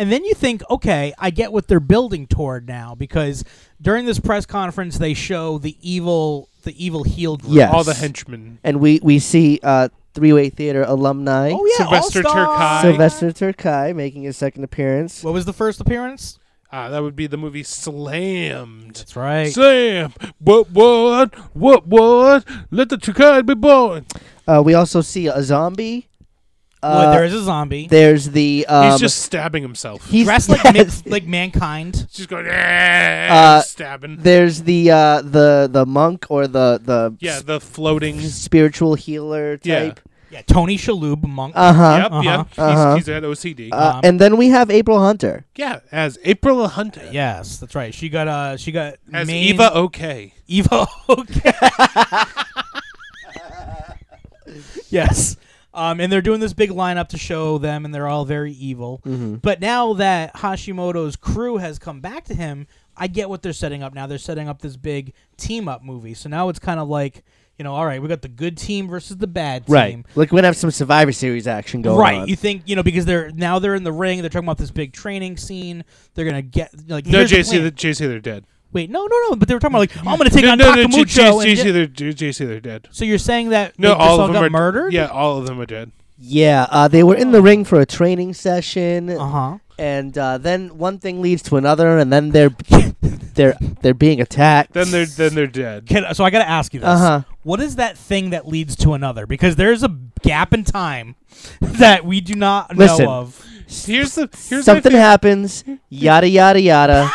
And then you think, okay, I get what they're building toward now because during this press conference they show the evil the evil heel group.
Yes.
all the henchmen.
And we we see uh, three way theater alumni
Oh yeah,
Sylvester
All-Star!
Turkai.
Sylvester Turkai making his second appearance.
What was the first appearance?
Ah, that would be the movie Slammed.
That's right.
Slam. What? What? What? What? Let the Chukai be born.
Uh, we also see a zombie.
well,
Uh,
there is a zombie.
There's the um,
he's just stabbing himself.
he's- <laughs>
dressed like
yes.
Mick, like mankind.
He's just going "Ah,"
Uh,
stabbing.
There's the uh, the the monk or the the
yeah,
s-
the floating.
spiritual healer
Yeah.
type.
Yeah, Tony Shalhoub, monk.
Uh huh.
yep, yep.
uh-huh.
He's, he's had OCD.
Uh,
Um,
and then we have April Hunter.
yeah, as April Hunter.
yes, that's right. She got uh, she got
As
main-
Eva okay.
Eva. <laughs>
<laughs>
Okay. yes. Um, and they're doing this big lineup to show them, and they're all very evil.
Mm-hmm.
But now that Hashimoto's crew has come back to him, I get what they're setting up now. They're setting up this big team up movie. So now it's kind of like you know, all right, we got the good team versus the bad team.
Right. Like we'd have some Survivor Series action going
right.
on.
You think you know because they're now they're in the ring. They're talking about this big training scene. They're gonna get like
No,
here's the
JC,
plan.
the, JC, they're dead.
Wait, no, no, no. But they were talking about like I'm gonna take
no,
on
no, no, J-
Nakamucho.
J-
and
JC,
di-
they're JC, they're dead.
so you're saying that
No,
they just
all of them
got
are
murdered?
Yeah, all of them are dead.
yeah, uh, they were in the ring for a training session,
Uh-huh.
Uh
<laughs>
huh.
and uh, then one thing leads to another, and then they're they're they're being attacked.
Then they're then they're dead.
Can, so I got to ask you this:
Uh-huh.
What is that thing that leads to another? Because there's a gap in time <laughs> that we do not
Listen.
know of.
Here's the here's my
something happens. Yada yada
<laughs>
yada.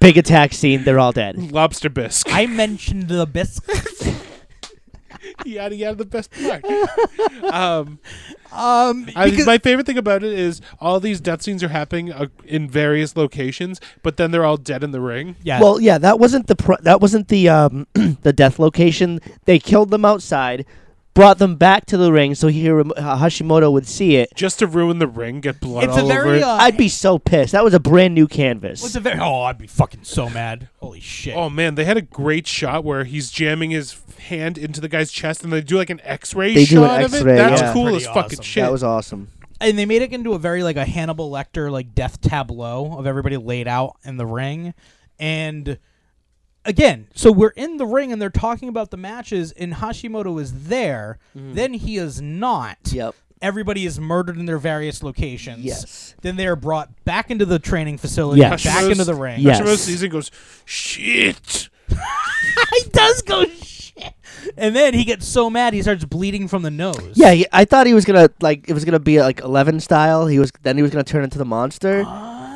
Big attack scene. They're all dead.
fa- lobster bisque.
I mentioned
<laughs>
the biscuits.
<laughs> yada yada, the best part. um,
Um,
I,
because-
my favorite thing about it is all these death scenes are happening uh, in various locations, but then they're all dead in the ring.
yeah.
Well, yeah, that wasn't the pr- that wasn't the um <clears throat> the death location. They killed them outside, brought them back to the ring so Hiram- uh, Hashimoto would see it.
Just to ruin the ring, get blood
it's a
all over
very.
it.
Uh,
I'd be so pissed. That was a brand new canvas.
well, it's a very. Oh, I'd be fucking so mad. Holy shit.
Oh man, they had a great shot where he's jamming his hand into the guy's chest, and they do like an X-ray
They do an
shot of it.
X-ray,
That's
yeah.
cool
Pretty
as fucking
awesome.
shit.
that was awesome.
and they made it into a very like a Hannibal Lecter like death tableau of everybody laid out in the ring, and again, so we're in the ring and they're talking about the matches, and Hashimoto is there, then he is not.
Mm-hmm. Yep.
Everybody is murdered in their various locations.
Yes.
Then they are brought back into the training facility,
Yes.
back
Hashimoto's-
into the ring.
Yes.
Hashimoto sees it and goes, "Shit!"
<laughs> he does go shit, and then he gets so mad he starts bleeding from the nose.
Yeah, he, I thought he was gonna like it was gonna be like Eleven style. He was then he was gonna turn into the monster.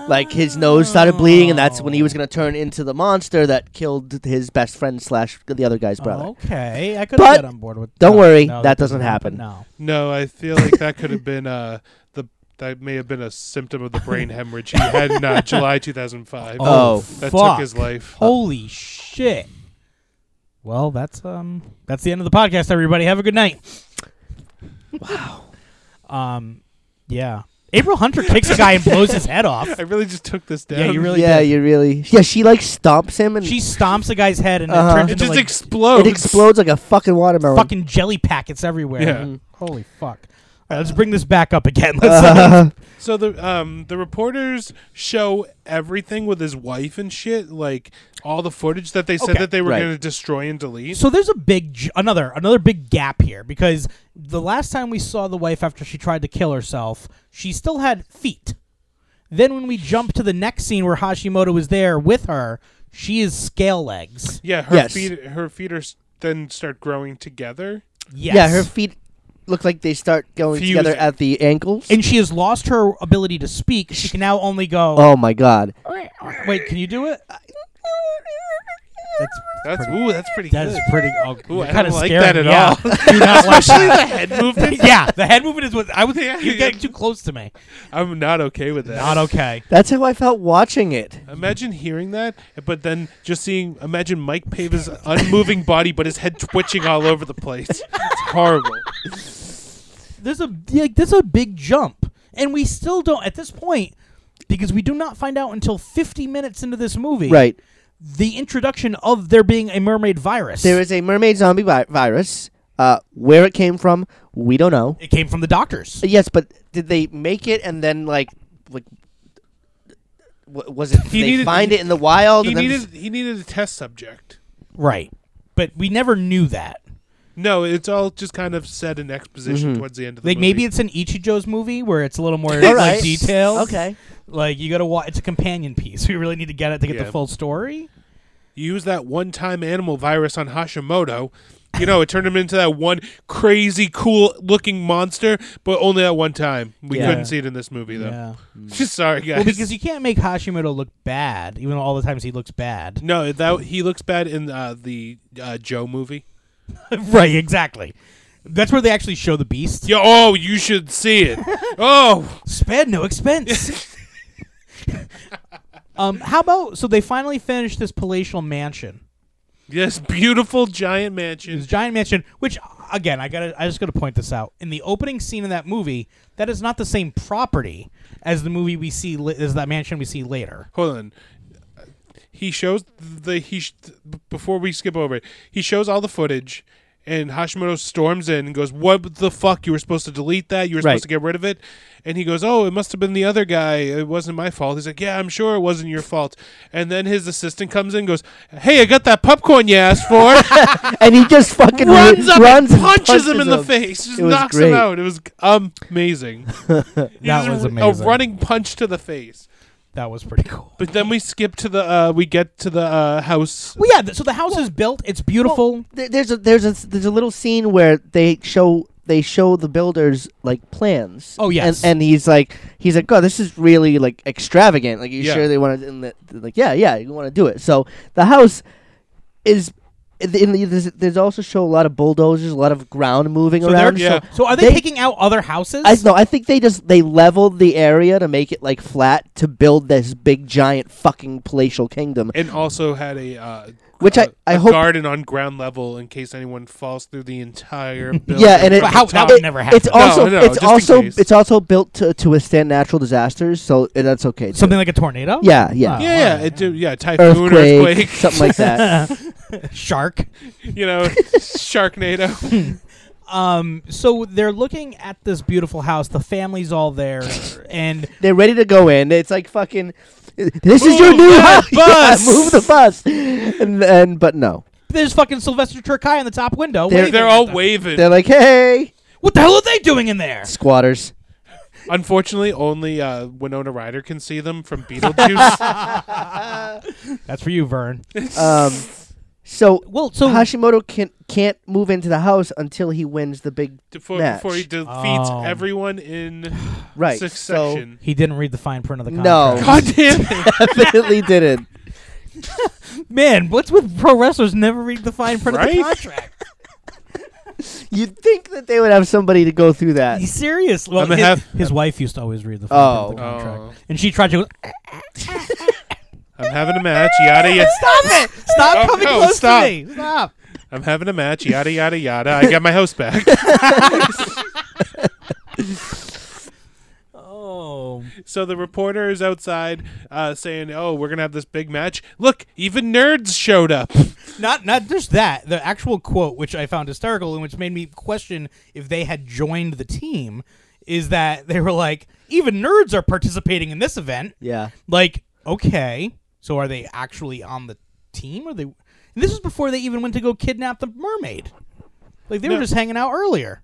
Like his nose started bleeding, and that's when he was gonna turn into the monster that killed his best friend slash the other guy's brother.
Oh, Okay, I could
But-
get on board with.
don't
no,
worry,
no,
that doesn't happen.
No.
No, I feel like that could have been uh, the that may have been a symptom of the brain hemorrhage he had in uh, July 2005.
Oh,
that
fuck.
took his life.
Holy shit. Well, that's um that's the end of the podcast, everybody. Have a good night. Wow. Um yeah. April Hunter kicks a guy and blows his head
<laughs>
off.
<laughs> I really just took this down.
Yeah, you really
yeah,
did.
you really. Yeah, she like stomps him and
She stomps a guy's head and
Uh-huh.
it turns
it
into
just
like
explodes.
it explodes like a fucking watermelon.
fucking jelly packets everywhere.
Yeah.
Mhm.
Holy fuck. All right,
Uh-huh.
let's bring this back up again. <laughs> Let's
Uh,
So the um the reporters show everything with his wife and shit, like all the footage that they said
Okay.
that they were
Right.
going to destroy and delete.
So there's a big j- another another big gap here because the last time we saw the wife after she tried to kill herself, she still had feet. Then when we jump to the next scene where Hashimoto is there with her, she is scale legs.
yeah, her
Yes.
feet her feet are s- then start growing together.
Yes.
yeah, her feet look like they start going
Fused.
together at the ankles.
and she has lost her ability to speak. She can now only go.
oh my god!
Wait, can you do it? That's
That's ooh, that's pretty
that
good.
is pretty. Oh,
Ooh, I
kind
don't
of
like
scary.
that at
yeah.
all.
<laughs> Do
<laughs>
not like
Especially
that.
the head movement.
<laughs> yeah, the head movement is what I was.
<laughs> Yeah,
You're
yeah.
getting too close to me.
I'm not okay with that.
Not okay.
That's how I felt watching it.
Imagine hearing that, but then just seeing imagine Mike Pave's unmoving body, but his head twitching all over the place. It's horrible.
there's a like there's a big jump, and we still don't at this point because we do not find out until 50 minutes into this movie.
Right.
The introduction of there being a mermaid virus.
There is a mermaid zombie vi- virus. Uh, where it came from, we don't know.
It came from the doctors.
Yes, but did they make it and then like like w- was it? Did
He
they
needed-
find it in the wild?
He
and then-
needed <laughs> he needed a test subject.
Right. But we never knew that.
No, it's all just kind of said in exposition towards the end of the
Mm-hmm. Like
movie.
maybe it's an Ichijo's movie where it's a little more
All
like
right.
detailed.
Okay.
Like you got to watch. It's a companion piece. <laughs> We really need to get it to get
Yeah.
the full story.
you use that one time animal virus on Hashimoto. You know, it turned him into that one crazy cool looking monster, but only that one time. We
Yeah.
couldn't see it in this movie though.
Yeah.
<laughs> Sorry guys.
Well, because you can't make Hashimoto look bad, even though all the times he
<laughs>
looks bad.
no, that he looks bad in uh, the uh, Joe movie.
right. Exactly. That's where they actually show the beast.
Yeah, oh, you should see it. oh,
Spend no expense. <laughs> um, how about so they finally finished this palatial mansion,
Yes, beautiful giant
this
mansion.
giant mansion. Which again, I gotta, I just gotta point this out. In the opening scene of that movie, that is not the same property as the movie we see, li- as that mansion we see later.
Hold on. he shows the he sh- b- before we skip over it, he shows all the footage, and Hashimoto storms in and goes, "What the fuck? You were supposed to delete that. You were
Right.
supposed to get rid of it." And he goes, "Oh, it must have been the other guy. It wasn't my fault." He's like, "Yeah, I'm sure it wasn't your fault." And then his assistant comes in, and goes, "Hey, I got that popcorn you asked for."
and he just fucking
runs up
runs
and punches, him in the
him.
face. Just
It was
knocks
great.
him out. It was
<laughs>
amazing.
That
It
was
a-
amazing.
A running punch to the face.
That was pretty cool.
But then we skip to the uh, we get to the uh, house.
Well, yeah. th- So the house is built. It's beautiful.
There- There's a there's a there's a little scene where they show they show the builders like plans.
Oh, yes.
and, and he's like he's like, oh, this is really like extravagant. Like, you
Yeah.
sure they want to? And the, they're like, yeah, yeah, you want to do it. So the house is. In the, there's, there's also show a lot of bulldozers, a lot of ground moving
So they're-
around.
yeah.
So
so are they,
They-
taking out other houses?
I no, I think they just they leveled the area to make it like flat to build this big giant fucking palatial kingdom,
and also had a uh,
which I
a-
I
a
hope
garden on ground level in case anyone falls through the entire building.
<laughs> yeah, and it,
Well, how- that would never happen.
It's also
no,
it's
just in
also
case.
it's also built to, to withstand natural disasters, so it- that's okay. too.
Something like a tornado?
yeah, yeah,
Oh.
yeah, yeah, it, do- yeah, typhoon,
earthquake, <laughs>
earthquake, <laughs>
something like that.
<laughs> <laughs> Shark.
you know, Sharknado.
Um, so they're looking at this beautiful house. The family's all there, and
They're ready to go in. It's like fucking. This is your
Move
new
that
<laughs> house. Yeah,
bus!
move the bus, and, and but no,
there's fucking Sylvester Turkai in the top
<laughs>
window.
They're-
waving
They're
at
all
them.
waving.
they're like, hey,
What the hell are they doing in there?
squatters.
Unfortunately, only uh, Winona Ryder can see them
<laughs>
from Beetlejuice.
That's for you, Vern.
Um, so
Well, so
Hashimoto can can't move into the house until he wins the big
before,
match.
before he defeats
Oh.
everyone in
right.
succession.
he didn't read the fine print of the
No.
contract.
God damn it.
So <laughs> definitely
<laughs>
didn't.
<laughs> man, what's with pro wrestlers never read the fine print of the
Right?
contract?
You'd think that they would have somebody to go through that.
He's serious. Well,
I'm a
his,
half-
his wife used to always read the fine
Oh.
print of the contract,
Oh.
and she tried to. Go,
I'm having a match, yada yada.
"Ah, Stop it! Stop
Oh,
coming
no,
close
stop.
to me! Stop!
I'm having a match, yada yada yada. I got my house
<laughs>
back.
Oh,
so the reporter is outside uh, saying, "Oh, we're gonna have this big match. Look, even nerds showed up."
not not just that. The actual quote, which I found hysterical and which made me question if they had joined the team, is that <laughs> they were like, even nerds are participating in this event.
Yeah.
Like, okay, so are they actually on the team? Are they? And this was before they even went to go kidnap the mermaid. Like they were
No.
just hanging out earlier.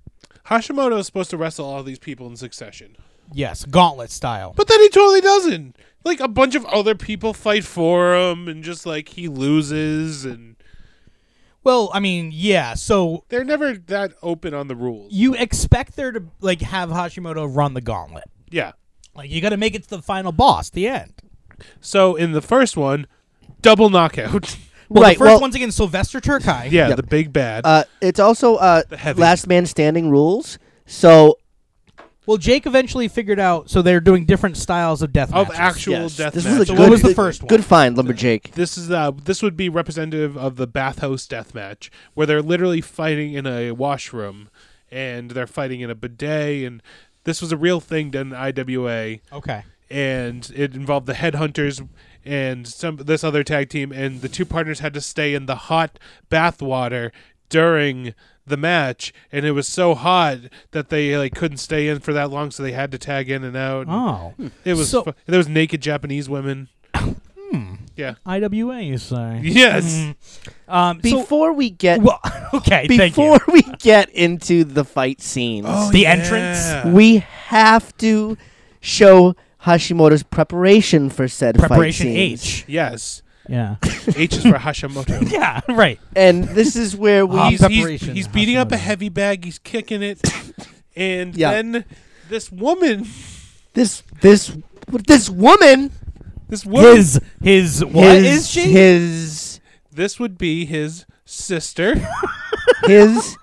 Hashimoto is supposed to wrestle all these people in succession,
Yes, gauntlet style.
but then he totally doesn't. Like a bunch of other people fight for him, and just like he loses, and
Well, I mean, yeah. So
they're never that open on the rules.
you expect there to like have Hashimoto run the gauntlet.
Yeah.
Like you got to make it to the final boss, the end.
So in the first one, double knockout. <laughs>
Well,
right.
the first
well,
one's against Sylvester Turkai.
yeah,
Yep.
the big bad.
uh, it's also uh,
heavy.
last man standing rules. So
Well, Jake eventually figured out so they're doing different styles of death
of
matches.
actual
yes,
death
this
match.
was a
So
good,
what was the first one?
Good find, lumberjake.
this is uh, this would be representative of the bathhouse death match where they're literally fighting in a washroom and they're fighting in a bidet and this was a real thing done in IWA
Okay.
and it involved the headhunters and some this other tag team and the two partners had to stay in the hot bath water during the match and it was so hot that they like couldn't stay in for that long so they had to tag in and out
Oh,
it was
So-
fu- there was naked japanese women yeah
IWA, you say?
yes
Um, so-
Before we get
well, <laughs> okay. thank you. Oh.
before <laughs> we get into the fight scenes,
the entrance.
we have to show Hashimoto's preparation for said
Preparation
fight scenes.
H. <laughs>
Yes.
Yeah.
H is for
<laughs>
Hashimoto.
yeah. Right.
and this is where we
Ah,
he's, he's,
preparation,
he's beating up a
Hashimoto.
heavy bag. He's
<laughs>
kicking it. And
Yeah.
then this woman,
this this this woman
this woman,
his his what is
his,
she?
his
this would be his sister,
<laughs>
his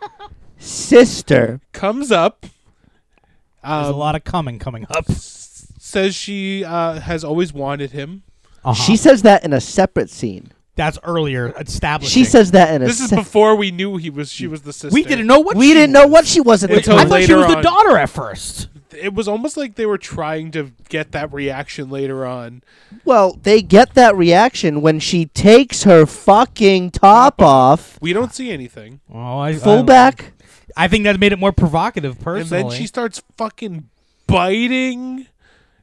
sister
comes up,
There's a
um,
lot of coming coming up.
s- says she uh, has always wanted him.
Uh-huh.
She says that in a separate scene.
that's earlier established.
She says that in a.
This is
se-
before we knew he was. She was the sister.
we didn't know what
we
she
didn't know what she was in the
Until
I
comic.
thought she
later
was the
on.
daughter at first.
it was almost like they were trying to get that reaction later on.
Well, they get that reaction when she takes her fucking top off,
We
Ah.
don't see anything,
Oh, Uh, I,
fullback.
I, I think that made it more provocative, personally.
and then she starts fucking biting.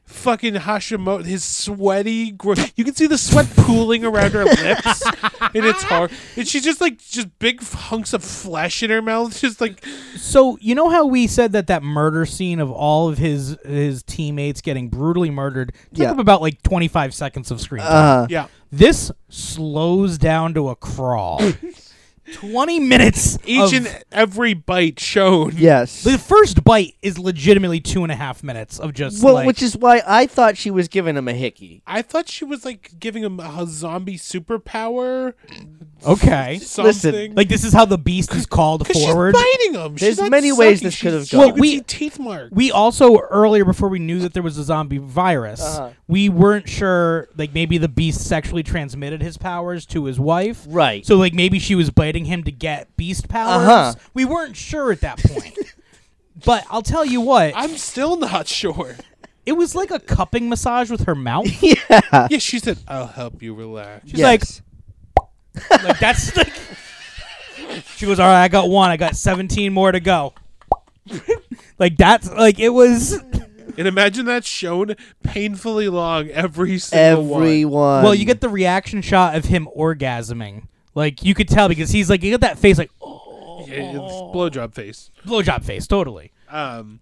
Fucking Hashimoto, his sweaty, gro- you can see the sweat pooling around her lips, and it's hard. And she's just like, just big hunks of flesh in her mouth, just like
So you know how we said that that murder scene of all of his his teammates getting brutally murdered took
Yeah.
up about like 25 seconds of screen time.
Uh,
yeah.
this slows down to a
<laughs>
crawl. 20 minutes
Each
of-
and every bite shown.
yes.
the first bite is legitimately two and a half minutes of just
Well,
like,
which is why I thought she was giving him a hickey.
I thought she was like giving him a zombie superpower.
okay.
Something.
Like this is how the beast is called
<laughs> 'Cause
forward.
She's biting him.
There's
She's not
many ways
sucking.
this could have
She's-
gone.
you
Well,
can
we-
see teeth marks.
we also earlier before we knew that there was a zombie virus
Uh-huh.
we weren't sure like maybe the beast sexually transmitted his powers to his wife
Right.
so like maybe she was biting him to get beast powers
Uh-huh.
we weren't sure at that
<laughs>
point but i'll tell you what
I'm still
<laughs>
not sure.
it was like a cupping massage with her mouth
yeah.
yeah, she said, "I'll help you relax."
She's like- like that's like she goes all right i got one i got 17 more to go <laughs> like that's like it was
And imagine that shown painfully long every single one.
everyone.
Well, you get the reaction shot of him orgasming. Like you could tell because he's like you got that face like oh,
Yeah, It's blowjob face.
blowjob face totally.
Um,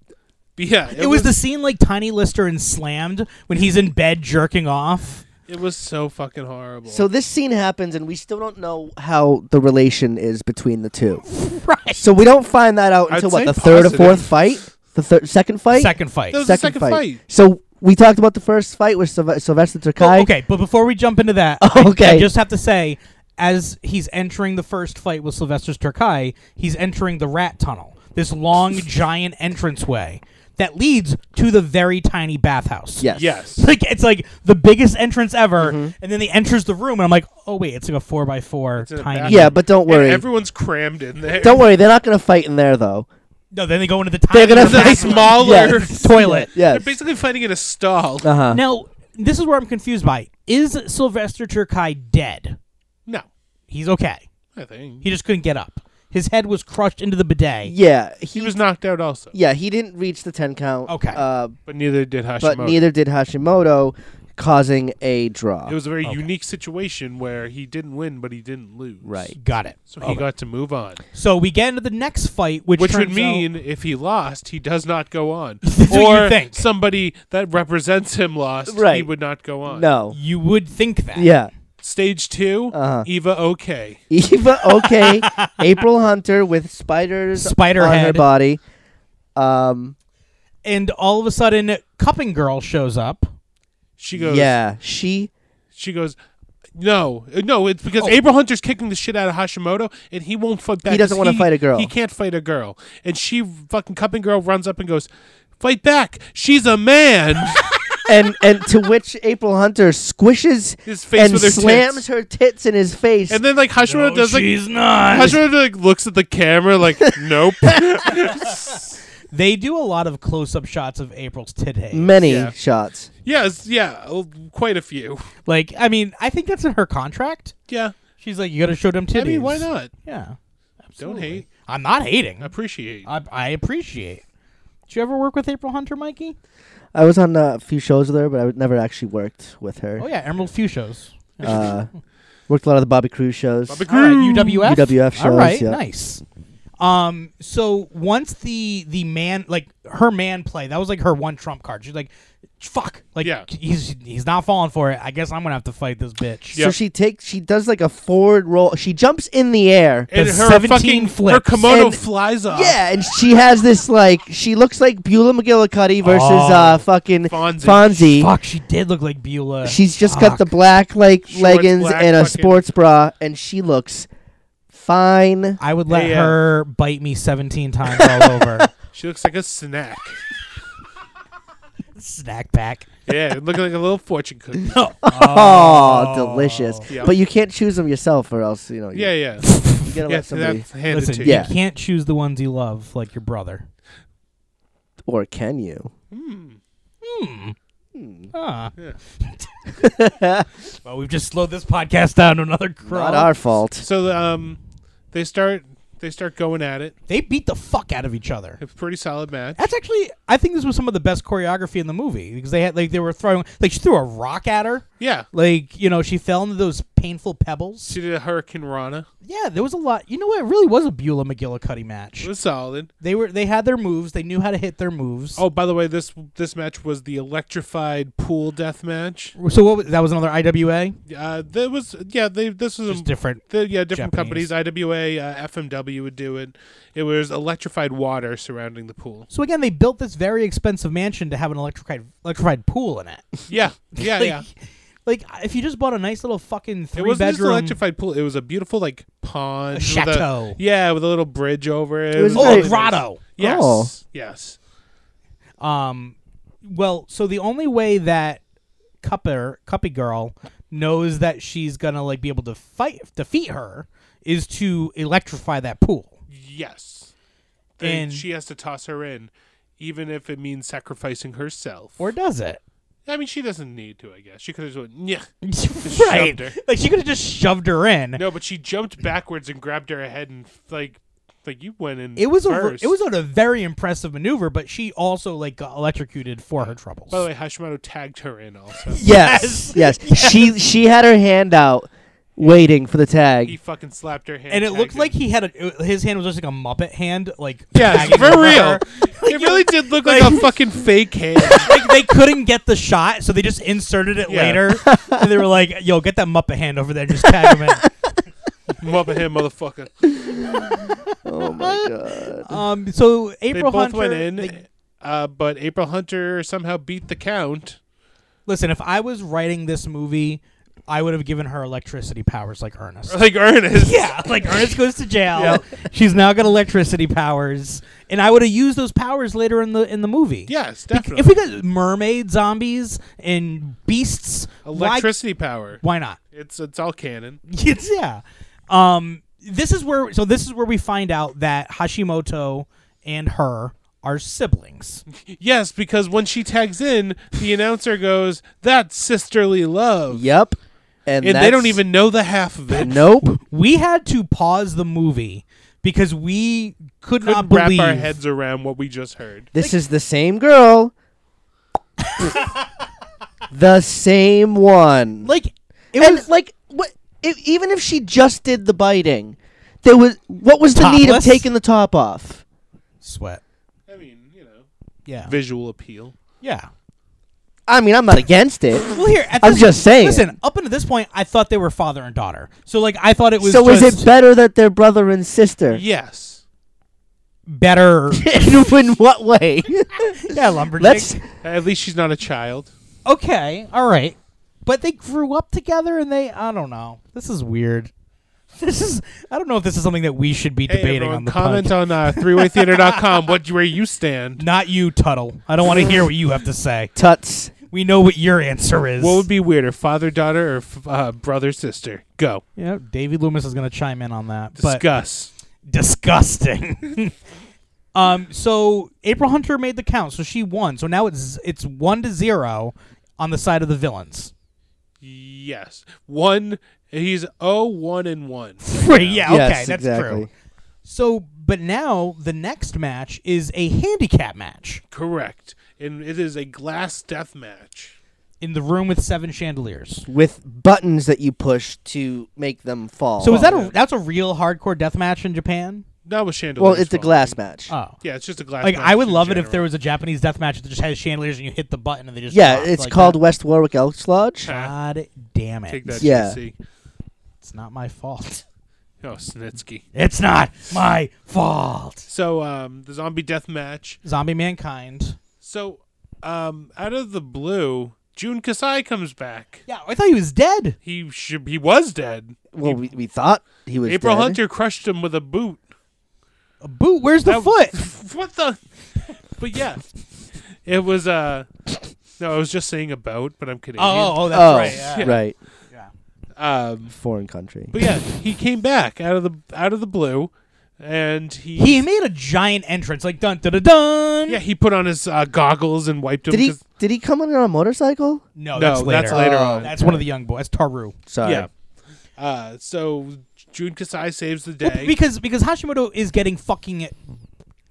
but yeah,
It, was, the scene like Tiny Lister and Slammed when he's in bed jerking off.
It was so fucking horrible.
So this scene happens, and we still don't know how the relation is between the two.
<laughs> Right.
So we don't find that out
I'd
until
say
what the third or
positive.
fourth fight, the thir- second fight,
Second fight.
That was- the second fight.
So we talked about the first fight with Sylve- Sylvester Takai.
Oh, okay, but before we jump into that, I- I,
Okay.
just have to say, as he's entering the first fight with Sylvester Turkai, he's entering the rat tunnel, this <laughs> long, giant entranceway that leads to the very tiny bathhouse.
Yes.
yes,
like it's like the biggest entrance ever,
Mm-hmm.
and then they enters the room, and I'm like, oh wait, it's like a four by four
in a
tiny.
bathroom.
Yeah, but
E-,
don't
And
worry.
everyone's crammed in there.
Don't worry, they're not going to fight in there though.
No, then they go into the tiny.
They're
<laughs>
going to
The
fight
smaller
<laughs> Yes.
<laughs> toilet.
They're
Yes.
basically fighting in a stall.
Uh-huh.
Now this is where I'm confused by: is Sylvester Turkai dead?
no,
He's okay.
I think
He just couldn't get up. His head was crushed into the bidet.
Yeah, he,
he was knocked out also,
Yeah, he didn't reach the ten count.
Okay.
Uh,
but neither did Hashimoto.
but neither did Hashimoto, causing a draw.
It was a very unique situation where he didn't win, but he didn't lose.
right.
Got it.
So he got to move on,
So we get into the next fight, which,
which would
turns
mean if he lost, he does not
<laughs>
go on,
what you
or
think.
somebody that represents him lost, he
Right.
would not go on.
No.
out, you would think that.
Yeah. <laughs>
Stage 2
Uh-huh.
Eva okay,
Eva,
<laughs>
okay. April Hunter with spiders
Spider
on her
head.
body. Um,
And all of a sudden, Cupping Girl shows up.
she goes,
yeah, she.
she goes. No, no, it's
Oh.
because April Hunter's kicking the shit out of Hashimoto, and he won't fight back. 'cause
doesn't wanna fight a girl.
He can't fight a girl, and she fucking cupping girl runs up and goes, "Fight back! She's
<laughs>
a man."
and and to which April Hunter squishes
His face
and
with her
slams
tits.
her tits in his face.
and then like Hashimoto
No,
does like
she's not.
Hashimoto like looks at the
<laughs>
camera like, nope.
They do a lot of close-up shots of April's tit hay.
Many
Yeah.
shots.
yes, yeah, oh, quite a few.
Like, I mean, I think that's in her contract.
Yeah,
She's like, you got to show them titties.
I mean, why not?
Yeah,
Don't hate,
I'm not hating.
appreciate.
I, I appreciate. Did you ever work with April Hunter, Mikey?
I was on uh, a few shows with her, but I never actually worked with her.
Oh yeah, Emerald Few shows.
Uh, worked a lot of the Bobby Cruz shows.
Bobby Cr-
All
Mm.
right, UWF.
UWF shows,
All right,
yeah.
nice. Um, so once the the man like her man play that was like her one trump card. She's like, fuck, like
Yeah.
he's he's not falling for it. I guess I'm gonna have to fight this bitch.
Yeah.
So she takes, she does like a forward roll. She jumps in the air.
and
The
her
17
fucking her
flips.
kimono
And-
flies off.
Yeah, and she has this like, she looks like Beulah McGillicuddy versus
Oh.
uh fucking
Fonzie.
Fonzie.
Fuck, she did look like Beulah.
She's just
Fuck.
got the black like
Short
leggings
black
and a
fucking-
sports bra, and she looks fine.
I would let
Yeah.
her bite me 17 times
<laughs>
all over.
She looks like a snack.
Snack pack.
yeah, it looked like a little
<laughs>
fortune cookie.
Oh, delicious!
Yeah.
But you can't choose them yourself, or else you know. You,
Yeah, yeah.
you gotta
yeah
let somebody,
that's handed
Listen,
to
you
Yeah.
can't choose the ones you love like your brother.
or can you?
Ah. <laughs> well, we've just slowed this podcast down to another crawl.
Not our fault.
So um, they start they start going at it.
They beat the fuck out of each other.
A pretty solid match.
That's actually, I think this was some of the best choreography in the movie because they had like they were throwing like she threw a rock at her,
Yeah,
like you know she fell into those painful pebbles.
she did a Hurricane Rana.
Yeah, there was a lot. You know what? It really was a Beulah McGillicuddy match.
It was solid.
They were they had their moves. They knew how to hit their moves.
Oh, by the way, this this match was the electrified pool death match.
so what? Was, that was another IWA,
Uh, there was yeah, they this was
just
a,
different.
the, yeah different
Japanese.
companies. IWA, uh, FMW would do it. It was electrified water surrounding the pool.
So again, they built this very expensive mansion to have an electrified electrified pool in it. <laughs>
Yeah, <laughs> yeah,
like,
yeah.
Like if you just bought a nice little fucking
It
three
wasn't just an
bedroom.
electrified pool. It was a beautiful like pond,
A
with
chateau.
yeah, with a little bridge over it. It
was
was
oh,
really
a
Nice.
grotto.
Yes,
Oh.
yes.
Um, well, so the only way that Cupper Cuppy Girl knows that she's gonna like be able to fight defeat her is to electrify that pool.
Yes. Then
And-
she has to toss her in, even if it means sacrificing herself.
Or does it?
I mean, she doesn't need to, I guess. <laughs> She could have just went, "Nyeh."
<laughs> right.
shoved her.
Like she could have just shoved her in.
No, but she jumped backwards and grabbed her head and, like, like you went in.
It was a
first.
it was a, very impressive maneuver, but she also like got electrocuted for her troubles.
By the way, Hashimoto tagged her
<laughs>
in also. <laughs>
Yes. Yes. She she had her hand out, waiting for the
he
tag.
fucking slapped her hand.
and it looked
tagged
like
her.
he had a, his hand was just like a Muppet hand, like
Yeah,
tagging
for
over
real.
her.
It really did look like a
<laughs>
fucking fake hand.
like they couldn't get the shot, so they just inserted it
Yeah.
later. and they were like, "Yo, get that Muppet hand over there, and just tag
<laughs>
him in."
Muppet hand, motherfucker.
Oh
<laughs>
my god.
Um, so
They
April
both
Hunter.
went in,
they-
uh, but April Hunter somehow beat the count. <laughs>
listen, if I was writing this movie, I would have given her electricity powers like
<laughs>
Ernest.
Like Ernest.
yeah, like Ernest goes to jail. She's now got electricity powers, and I would have used those powers later in the in the movie.
Yes,
Bec-
definitely.
If we got mermaid zombies and beasts, why,
Electricity power.
why not? <laughs>
It's it's all canon.
It's yeah. Um, this is where so this is where we find out that Hashimoto and her are siblings.
Yes, because when she tags in, the announcer goes, "That's sisterly love,"
Yep. And,
and they
that's-
don't even know the half of
<laughs>
it.
Nope.
We had to pause the movie because we could
Couldn't
not
wrap
believe
our heads around what we just heard.
This is the same
<laughs>
girl. the same one.
like it
and
was
like what if, even if she just did the biting, there was what was the need of
Topless?
taking the top off?
sweat.
I mean, you know,
Yeah,
visual appeal.
yeah.
I mean, I'm not against it.
Well, here at
I'm
this-
just saying.
Listen, up until this point, I thought they were father and daughter. So like I thought it was
so
just
is it better that they're brother and sister?
Yes,
better?
And <laughs> in what way?
<laughs>
<laughs>
yeah, lumberjack.
Let's
at least she's not a child.
Okay, all right. But they grew up together and they I don't know. This is weird. <laughs> This is I don't know if this is something that we should be
Hey,
debating
everyone,
on the
comment
podcast.
on uh, threewaytheater.com what where
<laughs>
you stand.
Not you, Tuttle. I don't want to hear what you have to say.
tuts.
We know what your answer is.
What would be weirder, father daughter or f- uh, brother sister? Go
yeah, Davy Loomis is going to chime in on that. But
discuss.
<laughs> disgusting. <laughs> um so April Hunter made the count, so she won. So now it's it's 1 to 0 on the side of the villains.
yes, one. He's oh one and one.
<laughs> Right, yeah,
Yes,
okay, that's
exactly.
true. So, but now the next match is a handicap match
Correct, and it is a glass death match.
in the room with seven chandeliers.
With buttons that you push to make them fall.
So is that a that's a real hardcore death match in Japan?
Not with chandeliers.
well? It's a
falling.
glass match.
Oh.
Yeah, it's just a glass.
Like
match
I would
in
love it if
general.
there was a Japanese death match that just has chandeliers and you hit the button and they just
yeah,
drop
it's
like
called
that.
West Warwick Elks Lodge.
God damn it!
Take that,
Yeah.
JC.
It's not my fault. <laughs>
Oh, Snitsky.
It's not my fault.
So, um, the zombie death match.
Zombie mankind.
So, um, out of the blue, Jun Kasai comes back.
Yeah, I thought he was dead.
He should. He was dead.
Well, we, we thought he was
April
dead.
Hunter crushed him with a boot.
A boot. Where's the
That-
foot?
<laughs> What the? But yeah, it was. Uh, no, I was just saying about, but I'm kidding.
Oh, oh, that's
Oh,
right. yeah.
right.
Um,
Foreign country.
but yeah, he came back out of the out of the blue. and he,
He made a giant entrance, like dun dun dun dun.
yeah he put on his uh, goggles and wiped him.
Did he
'cause-
did he come in on a motorcycle?
No,
no,
that's later. That's,
Oh,
on.
one of the young boys. That's Taru.
Sorry.
Yeah. Uh, so Jun Kasai saves the
Well,
day.
because because Hashimoto is getting fucking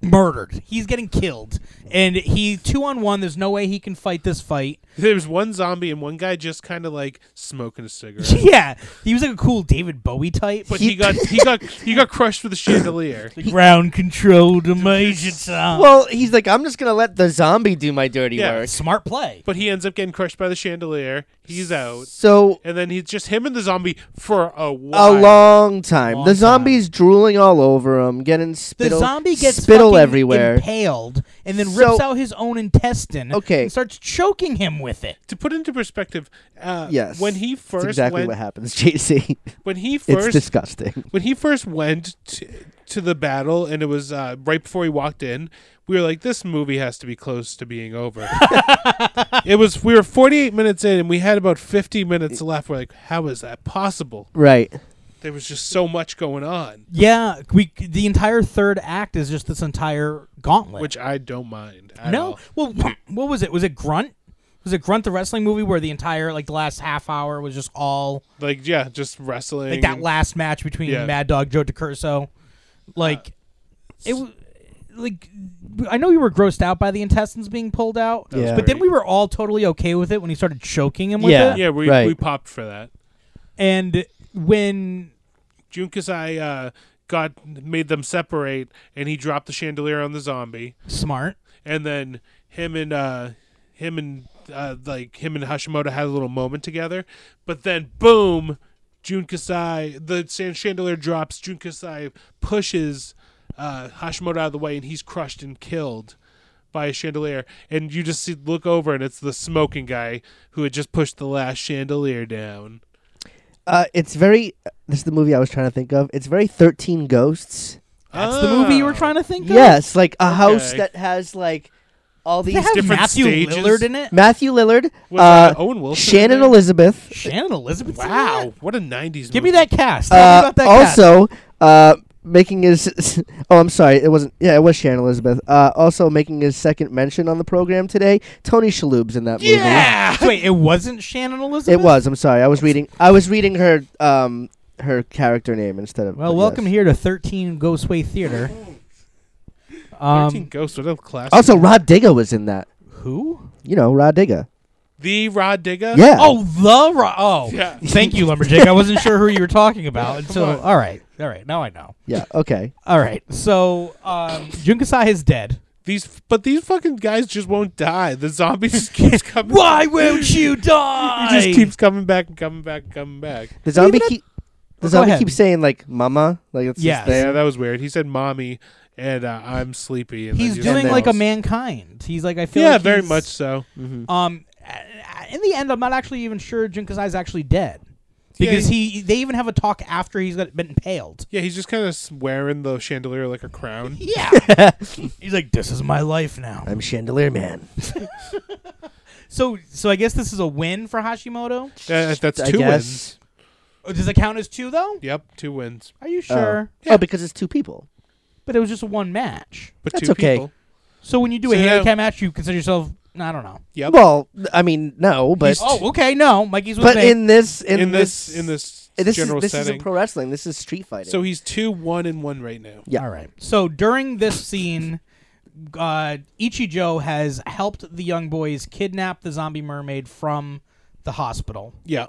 murdered. He's getting killed, and he two on one. There's no way he can fight this
<laughs>
fight.
There's one zombie and one guy just kind of like smoking a cigarette.
<laughs>
yeah, he was like a cool David Bowie type.
But he got he got he got crushed with a chandelier.
the ground control to Major Tom.
Well, he's like, I'm just gonna let the zombie do my dirty
Yeah.
work.
Smart play.
But he ends up getting crushed by the chandelier. He's out,
So
and then he's just him and the zombie for a
a
while.
long time.
Long
the
time.
zombie's drooling all over him, getting
The
spittle,
zombie gets
spittle
fucking
everywhere.
impaled, and then
So-
rips out his own intestine.
Okay.
and starts choking him with it.
to put into perspective, uh,
yes,
when he
That's
first
exactly
went,
what happens, <laughs> JC.
when he
it's
first
disgusting.
when he first went to, to the battle and it was uh, right before he walked in we were like this movie has to be close to
<laughs>
being over it was we were 48 minutes in and we had about 50 minutes left we're like how is that possible
Right.
there was just so much going on
Yeah, we the entire third act is just this entire gauntlet.
which i don't mind at
no,
all.
well, what was it? Was it Grunt? Was it Grunt the wrestling movie where the entire like the last half hour was just all
like yeah just wrestling
like that
and-
last match between
Yeah. Uh,
Mad Dog Joe DiCurso? Like it was like I know we were grossed out by the intestines being pulled out,
was
Yeah.
but then we
great.
were all totally okay with it when he started choking him with
Yeah.
it.
yeah we,
Right.
we popped for that
And when
june kasai uh, got made them separate and he dropped the chandelier on the zombie
smart,
and then him and uh him and uh, like him and Hashimoto had a little moment together, but then boom, Jun Kasai the san- chandelier drops. Jun Kasai pushes uh, Hashimoto out of the way, and he's crushed and killed by a chandelier. And you just see, look over, and it's the smoking guy who had just pushed the last chandelier down.
Uh, it's very. This is the movie I was trying to think of. It's very Thirteen Ghosts.
that's the movie
Ah.
you were trying to think of.
Yes, like a house
Okay.
that has like all these
They have
different
Matthew
stages.
Lillard in it.
Matthew Lillard,
Was,
uh,
uh, Owen Wilson in
Shannon
there?
Elizabeth.
Shannon Elizabeth.
Wow, what a '90s!
Give me
movie.
that cast. Tell me
Uh,
about that cast.
also, uh, making his <laughs> oh, I'm sorry, it wasn't. Yeah, it was Shannon Elizabeth. Uh, also making his second mention on the program today. Tony Shalhoub's in that
Yeah,
Wait, it wasn't Shannon Elizabeth.
movie. It was. I'm sorry. I was reading. I was reading her um her character name instead of.
Well,
but
welcome
yes.
here to 13 Ghostway Theater.
Thirteen
Um,
Ghosts. What a classic.
Also, Rod Digga was in that.
who?
You know, Rod Digga.
the Rod Digga.
Yeah.
Oh, the Ro- oh.
Yeah.
Thank you, Lumberjack. I wasn't sure who you were talking about until. All right, all right. Now I know.
Yeah. Okay.
All right. So um, Junkasai is dead.
These, but these fucking guys just won't die. The zombie
<laughs>
just keeps coming.
Why won't you die?
He just keeps coming back and coming back and coming back.
The zombie
Even
keep. The
Go
zombie
ahead.
keeps saying like "mama," like it's
Yes.
yes.
Yeah, that was weird. He said "mommy" and uh, "I'm sleepy." And then
He's
he
doing
just
like a
goes.
mankind. He's like I feel.
Yeah,
like
very
he's-
much so.
Um, a- a- in the end, I'm not actually even sure Junkasai is actually dead
Yeah,
because he they even have a talk after he's got, been impaled.
Yeah, he's just kind of wearing the chandelier like a crown.
Yeah. <laughs> He's like, this is my life now.
I'm Chandelier Man.
So, so I guess this is a win for Hashimoto.
Uh, that's
I
two
guess.
wins.
Oh, does it count as two though?
Yep, two wins.
Are you
Oh.
sure?
Oh, because it's two people.
But it was just one match.
But
That's
two
okay.
people.
So when you do a
So now-
handicap match, you consider yourself. I don't know.
Yep.
Well, I mean, no, but
Oh, okay. No, Mikey's with
but
me.
in this in,
in, this, in this
this is
general
this
setting.
isn't pro wrestling. This is street fighting.
so he's two one and one right now.
yeah.
All right. So during this scene, uh, Ichijo has helped the young boys kidnap the zombie mermaid from the hospital.
Yeah.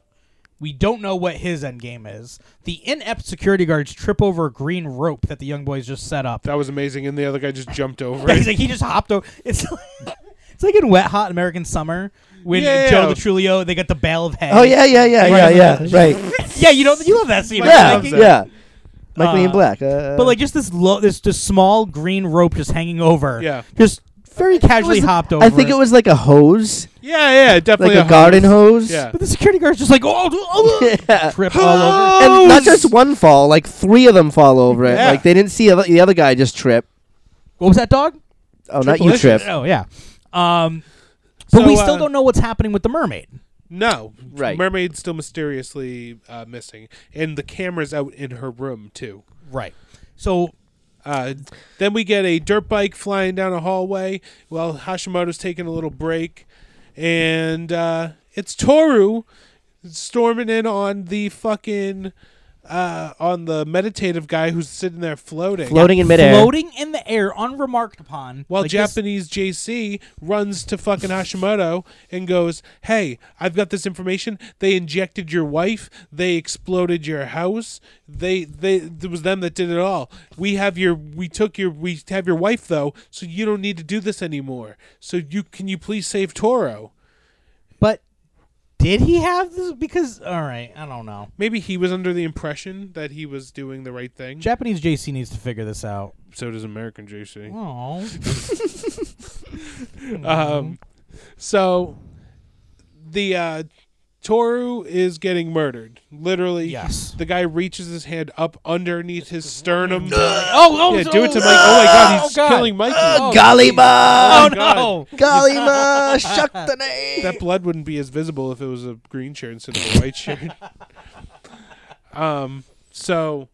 We don't know what his end game is. The inept security guards trip over a green rope that the young boys just set up.
That was amazing, and the other guy just jumped over.
<laughs> He's
it.
like he just hopped over. It's <laughs> like, it's like in Wet Hot American Summer when
Yeah,
Joe
yeah.
Latrulio they got the bale of hay.
Oh yeah, yeah, yeah, yeah,
Right.
yeah. Right.
<laughs>
yeah. You know you love that scene. right?
yeah,
loves
Like,
that.
yeah. Like me in
Uh,
black. Uh,
But like just this low, this just small green rope just hanging over.
Yeah.
Just very
It was-
casually hopped over.
I think it was like a hose,
yeah, yeah, definitely
like a, garden hose.
Yeah.
But the security guard's just like oh, oh, oh,
<laughs> Yeah.
trip all
<laughs>
over.
And not just one fall, like three of them fall over it.
Yeah.
Like they didn't see the the other guy just trip.
What was that dog?
Oh, not you trip.
Oh yeah. Um, but
So,
we still
uh,
don't know what's happening with the mermaid.
No,
Right.
Mermaid's still mysteriously uh, missing, and the camera's out in her room too.
Right. So
Uh, then we get a dirt bike flying down a hallway while Hashimoto's taking a little break. And uh, it's Toru storming in on the fucking. Uh, on the meditative guy who's sitting there floating.
floating in midair.
Floating in the air, unremarked upon.
While
Like this-
Japanese JC runs to fucking Hashimoto and goes, "Hey, I've got this information. They injected your wife. They exploded your house. They they it was them that did it all. We have your we took your we have your wife though, so you don't need to do this anymore. So you can you please save Toro?
But did he have this? Because all right, I don't know.
Maybe he was under the impression that he was doing the right thing.
Japanese JC needs to figure this out.
So does American JC.
Oh,
Um, so the uh, Toru is getting murdered. Literally,
Yes.
The guy reaches his hand up underneath his sternum.
<laughs> oh, oh,
yeah, do it to Mike. Oh my God,
<laughs> oh,
he's
God.
killing Mikey.
Oh,
Galima!
Oh,
Oh
God.
no!
<laughs>
Galima! Shuck the name!
that blood wouldn't be as visible if it was a green shirt instead of a white
<laughs>
shirt. um. So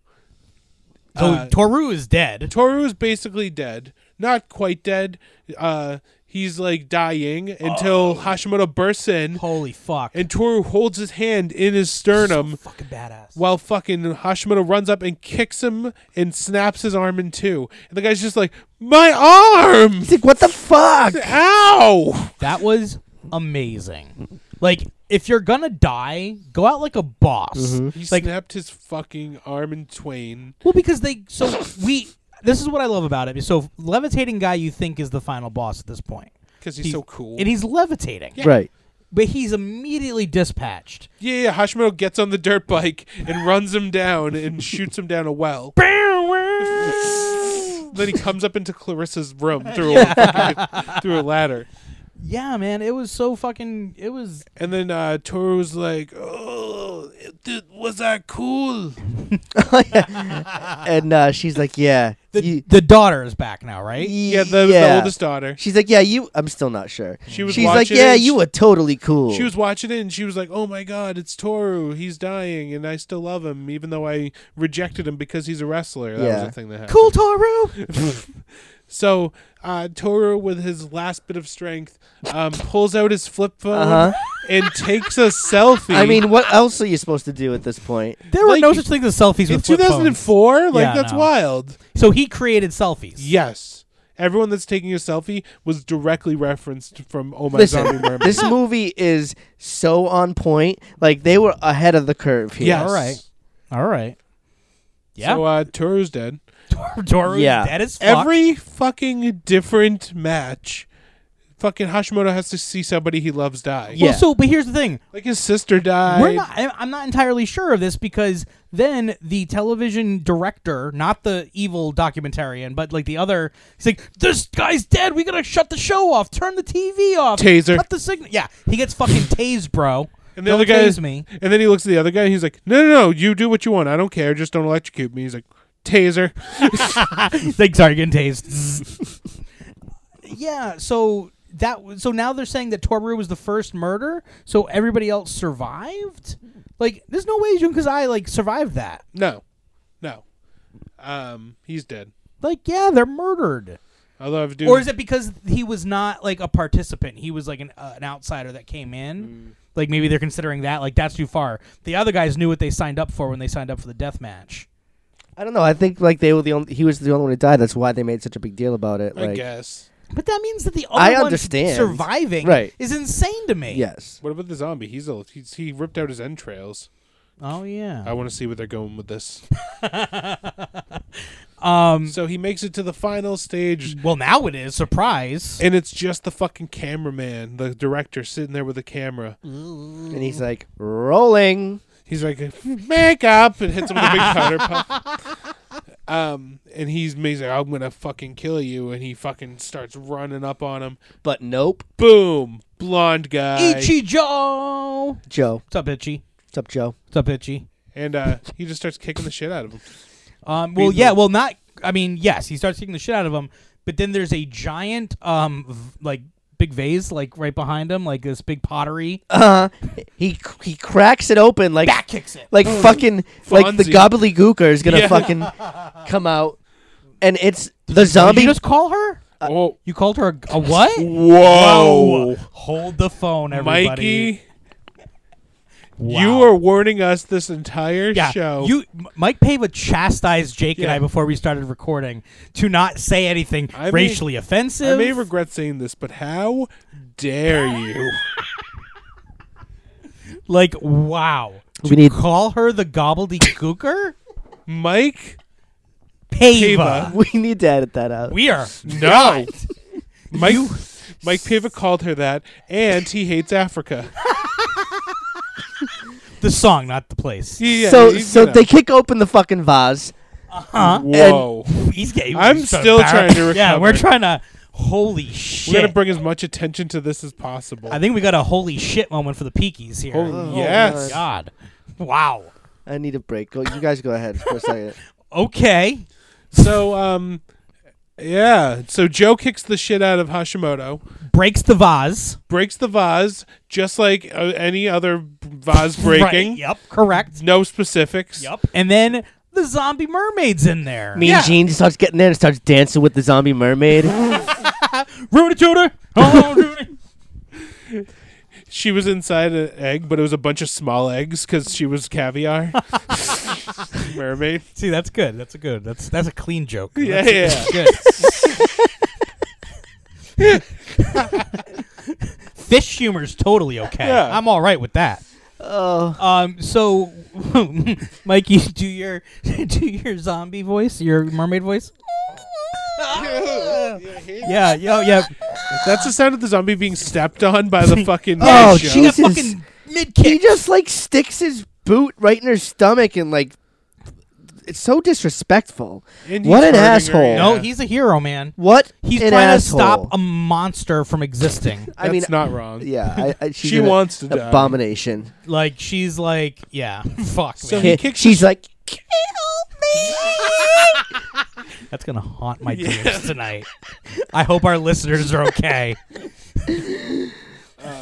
So
Uh,
Toru is dead.
Toru is basically dead. Not quite dead. Uh, he's like dying until Hashimoto bursts in,
Holy fuck!
and um, Toru holds his hand in his sternum.
fucking badass.
while fucking Hashimoto runs up and kicks him and snaps his arm in two. And the guy's just like, My arm!
He's like, what the fuck?
Ow!
That was amazing. Like, if you're gonna die, go out like a boss.
He
Like,
snapped his fucking arm in twain.
well, because they so we. This is what I love about it. So levitating guy, you think is the final boss at this point,
Because he's,
He's-
so cool.
and he's levitating,
Right.
but he's immediately dispatched.
yeah, yeah, Hashimoto gets on the dirt bike and runs him
<laughs>
down and shoots him down a well. then he comes up into Clarissa's
<laughs>
room through a, fucking- through a ladder.
Yeah, man, it was so fucking. It was
And then uh, Toru's like, Oh, th- was that cool?
And uh, she's like, yeah.
the,
you-
the daughter is back now, right?
Yeah, the, the oldest daughter.
She's like, yeah, you. I'm still not sure.
She was
She's like,
watching it
yeah,
and
you
she-
were totally cool.
She was watching it and she was like, "Oh my god, it's Toru. He's dying, and I still love him, even though I rejected him because he's a wrestler." That
Yeah.
was a thing that happened.
Cool Toru.
So uh, Toru, with his last bit of strength, um, pulls out his flip phone
Uh-huh.
and takes a selfie.
I mean, what else are you supposed to do at this point?
There were
Like,
no such thing as selfies
in
with flip phones.
2004, like
Yeah,
that's
no.
wild.
So he created selfies.
Yes. Everyone that's taking a selfie was directly referenced from Oh My
Listen,
Zombie Mermaid. <laughs>
this movie is so on point. Like they were ahead of the curve here.
yes.
all right. All right. Yeah.
So uh, Toru's dead.
<laughs> Tor- Toru's
Yeah.
dead as fuck.
uh, Every fucking different match, fucking Hashimoto has to see somebody he loves die.
Yeah.
Well, so but here's the thing.
Like his sister died.
We're not. I- I'm not entirely sure of this because then the television director, not the evil documentarian, but like the other, he's like, "This guy's dead. We gotta shut the show off. Turn the TV off.
Taser.
Cut the signal." Yeah, he gets fucking tased, bro.
And the
Don't
other guy
tase
<laughs>
me.
And then he looks at the other guy and he's like, No, no, no, you do what you want. I don't care. Just don't electrocute me. He's like, Taser. <laughs>
like Target taste. yeah, so that w- so now they're saying that Toru was the first murder, so everybody else survived. Like, there's no way Jun Kazai like survived that.
No. No. Um, he's dead.
Like, yeah, they're murdered.
Although I've dude
Or is it because he was not like a participant? He was like an uh, an outsider that came
Mm.
in. Like maybe they're considering that. Like that's too far. The other guys knew what they signed up for when they signed up for the death match.
I don't know. I think like they were the only. He was the only one who died. That's why they made such a big deal about it.
I
Like,
guess.
But that means that the other
I
ones
understand.
surviving
Right.
is insane to me.
yes.
What about the zombie? He's, a, he's he ripped out his entrails.
Oh yeah.
I want to see where they're going with this.
Um.
so he makes it to the final stage.
<laughs> Well, now it is surprise.
And it's just the fucking cameraman, the director sitting there with the camera.
And he's like, rolling.
He's like, makeup, and hits him with a
<laughs>
big powder puff. Um, and he's amazing. I'm gonna fucking kill you, and he fucking starts running up on him.
But nope.
Boom, blonde guy,
Ichijo.
Joe.
What's up, Itchy?
What's up, Joe?
What's up, Itchy?
and uh, he just starts kicking the shit out of him.
Um. Well,
Beating
yeah.
the-
Well, not. I mean, yes. He starts kicking the shit out of him, but then there's a giant, um, v- like big vase, like right behind him, like this big pottery.
Uh huh. He he cracks it open like
Back kicks it.
like fucking like the
Fonzie.
<laughs>
gobbledygooker is gonna
Yeah.
fucking come out. and it's the
Did
zombie.
you just call her?
oh,
You called her a, a what?
whoa,
Hold the phone, everybody.
Mikey, you are warning us this entire
yeah.
show.
You, M- Mike Pava chastised Jake and
Yeah.
I before we started recording to not say anything
I may-
racially
I
offensive.
may regret saying this, but how dare you?
like, wow.
We need
Call her the gobbledygooker?
Mike,
Pava.
<laughs> we need to edit that out.
We are.
no. <laughs> Mike Mike Piva called her that and he hates Africa.
The song, not the place.
Yeah,
so
you
so
know.
they kick open the fucking vase.
Huh?
Whoa.
He's gay.
I'm
He's got a
still
barrel-
trying to
Yeah, we're
recover.
trying to. Holy
We're going to
shit.
bring as much attention to this as possible.
I think we got a holy shit moment for the peakies here.
Holy-
oh,
yes.
God. Wow.
I need a break. Go, you guys go ahead for a
<laughs>
second.
Okay.
so um yeah, so Joe kicks the shit out of Hashimoto,
Breaks the vase.
breaks the vase just like uh, any other vase breaking.
<laughs> Right, Yep. Correct.
No specifics.
Yep. And then the zombie mermaid's in there.
Mean
Yeah.
Gene starts getting in and starts dancing with the zombie
<laughs>
mermaid.
Rudy <laughs> Tudor. Oh, Rudy.
She was inside an egg, but it was a bunch of small eggs cuz she
<laughs>
was caviar. <laughs> Mermaid.
See, that's good. That's a good. That's that's a clean joke.
<laughs> Yeah,
That's-
yeah.
Good. Fish humor's totally okay.
Yeah.
I'm all right with that.
oh,
Um, so, <laughs> Mikey, do your <laughs> do your zombie voice, your mermaid voice. yeah, yo, yeah.
That's the sound of the zombie being stepped on by the fucking.
<laughs> Oh,
show.
Jesus.
That fucking mid
he
kick.
just like sticks his boot right in her stomach and like it's so disrespectful.
And
What
he's
an
hurting her,
asshole.
yeah.
No, he's a hero, man.
What?
He's
an
trying
asshole.
to stop a monster from existing.
I mean,
That's not wrong.
yeah, I,
<laughs>
I, she's
She
an
wants to die.
abomination.
like she's like, yeah, fuck,
So-
man.
He kicks
she's
<laughs>
like,
That's gonna haunt my dreams tonight. I hope our listeners are okay.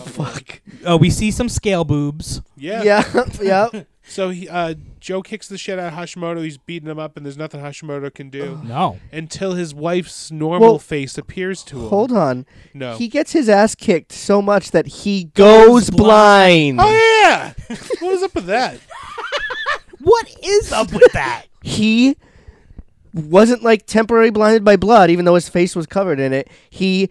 fuck.
<laughs> Oh, we see some scale boobs.
Yeah.
Yeah, <laughs> yeah.
So he, uh, Joe kicks the shit out of Hashimoto. He's beating him up, and there's nothing Hashimoto can do
<sighs>
No,
until his wife's normal
Well,
face appears to him.
Hold on.
No.
He gets his ass kicked so much that he goes blind.
oh <laughs> yeah. what was up with that?
what is up with <laughs> that?
He wasn't like temporarily blinded by blood, even though his face was covered in it. He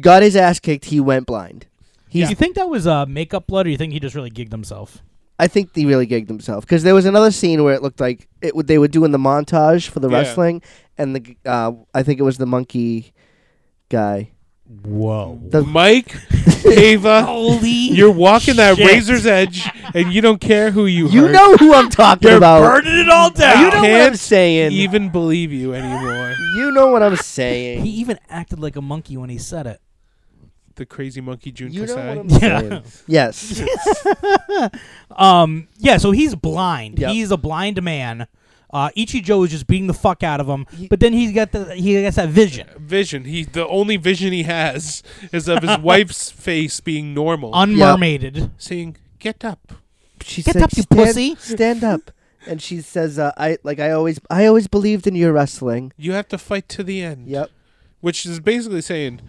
got his ass kicked. He went blind.
Do
He's.
you think that was uh, makeup blood, or you think he just really gigged himself?
I think they really gigged themselves because there was another scene where it looked like it. would- They were doing the montage for the
Yeah.
wrestling, and the g- uh, I think it was the monkey guy.
Whoa!
<laughs>
Mike,
<laughs>
Ava,
Holy!
you're walking that
shit.
razor's edge, and you don't care who you
You
hurt.
know who <laughs> I'm talking
You're
about.
burning it all down.
You know what I'm
Can't
saying.
even believe you anymore.
You know what I'm
he
saying.
even acted like a monkey when he said it.
The crazy monkey June
You know what
Kasai.
I'm
Yeah. <laughs>
saying. Yes.
Um, yeah, so he's blind.
Yep.
He's a blind man. Uh, Ichijo is just beating the fuck out of him, but then he's got the he gets that vision.
vision. He the only vision he has is
<laughs>
of his wife's face being normal,
Unmermaided.
saying "Get up."
She
Get
said,
up, you
"Stand-
pussy."
Stand
<laughs>
up. And she says, uh, "I like I always I always believed in your wrestling."
You have to fight to the end.
Yep.
Which is basically saying,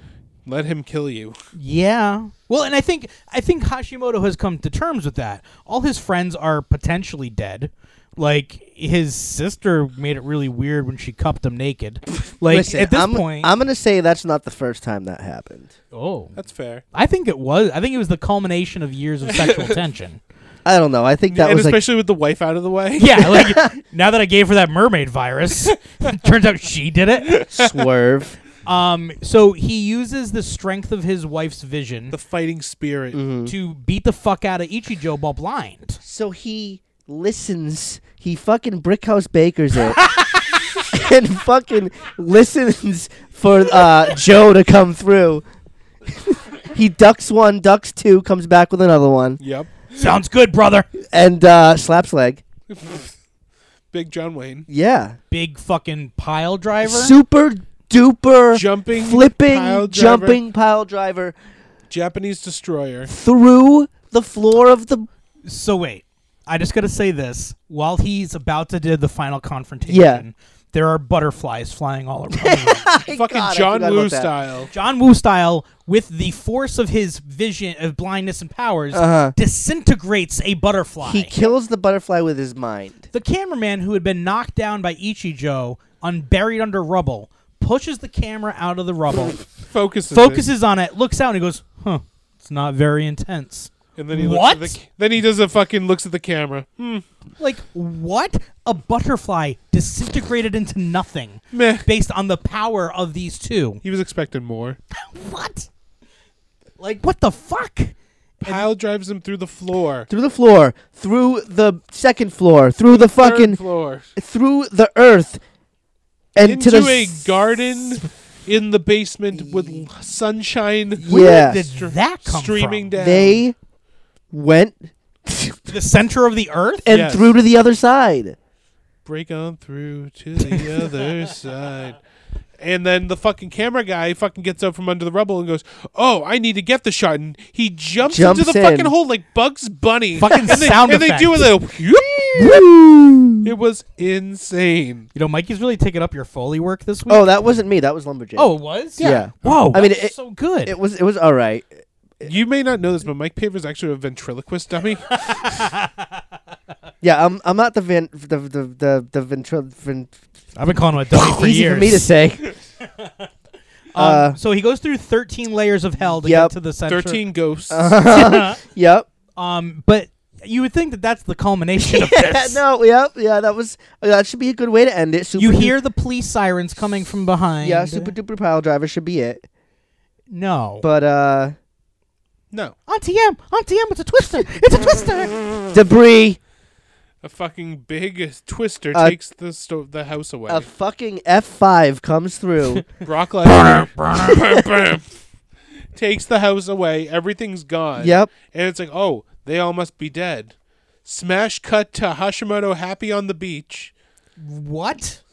"Let him kill you."
Yeah. Well, and I think I think Hashimoto has come to terms with that. All his friends are potentially dead. Like his sister made it really weird when she cupped him
<laughs>
naked. Like
Listen,
at this
I'm,
point,
I'm gonna say that's not the first time that happened.
oh,
That's fair.
I think it was. I think it was the culmination of years of
<laughs>
sexual tension.
I don't know. I think that
and
was like
especially with the wife out of the way.
Yeah,
<laughs>
like now that I gave her that mermaid virus, <laughs> turns out she did it. <laughs>
swerve.
Um, so he uses the strength of his wife's vision
The fighting spirit.
Mm-hmm.
to beat the fuck out of Ichijo while blind.
So he listens. He fucking Brickhouse Baker's it,
<laughs>
and fucking listens for uh, Joe to come through. <laughs> he ducks one, ducks two, comes back with another one,
Yep.
Sounds good, brother.
and uh, slaps leg.
Big John Wayne
Yeah,
Big fucking pile driver.
super duper
jumping,
flipping,
pile driver,
jumping pile driver
Japanese destroyer.
through the floor of
<laughs>
the
So wait, I just gotta say this: while he's about to do the final confrontation, there are butterflies flying all around. him.
Fucking
God, I
John
forgot
Woo
about that.
style.
John Woo style, with the force of his vision of blindness and powers, disintegrates a butterfly.
He kills the butterfly with his mind.
the cameraman, who had been knocked down by Ichijo and buried under rubble, pushes the camera out of the rubble,
Focuses. it.
focuses on it, looks out, and he goes, "Huh, it's not very intense."
And then he
What?
Looks at the, ca- then he does a fucking looks at the camera. Hmm.
Like what? A butterfly disintegrated into nothing
Meh.
based on the power of these two.
He was expecting more.
What? Like what the fuck?
Pyle drives him through the floor.
Through the floor, through the second floor, through the fucking,
Third floor.
through the earth, and
Into
to the
a
s-
garden in the basement with l- sunshine
Yeah,
Did that come
streaming
from?
down.
they went
the center of the earth?
and
Yes.
through to the other side.
break on through to the
<laughs>
other side. And then the fucking camera guy fucking gets up from under the rubble and goes, "Oh, I need to get the shot." And he jumps,
Jumps
into the
in.
fucking hole like Bugs Bunny.
Fucking
and they,
sound
And they do a
effect.
little. whoop.
Woo!
It was insane.
You know, Mikey's really taking up your Foley work this week.
Oh, that wasn't me. That was lumberjack.
Oh, it was?
Yeah. Yeah.
Whoa.
I mean,
that's
it-
so good.
it was. It was all right.
You may not know this, but Mike Paver's actually a
<laughs>
ventriloquist dummy.
Yeah, I'm. I'm not the van. The the the the ventrilo. Vent-
I've been calling him
<laughs>
a dummy for
easy
years.
for me to say.
Um,
uh,
so he goes through 13 layers of hell to
Yep.
get to the
<laughs>
center.
Thirteen ghosts.
Uh-huh. Yep.
<laughs> Um, but you would think that that's the culmination
<laughs>
of
Yeah,
this.
no. Yep. Yeah. That was. uh, That should be a good way to end it. Super
You
du-
hear the police sirens coming from behind.
Yeah. Super duper pile driver should be it.
No.
But uh,
no,
Auntie M, Auntie M, it's a twister. It's a twister.
debris.
a fucking big twister
Uh,
takes the sto- the house away.
A fucking F five comes
<laughs>
through.
<laughs>
<laughs>
Brock <laughs> Lesnar takes the house away. Everything's gone.
Yep.
And it's like, oh, they all must be dead. Smash cut to Hashimoto happy on the beach
what?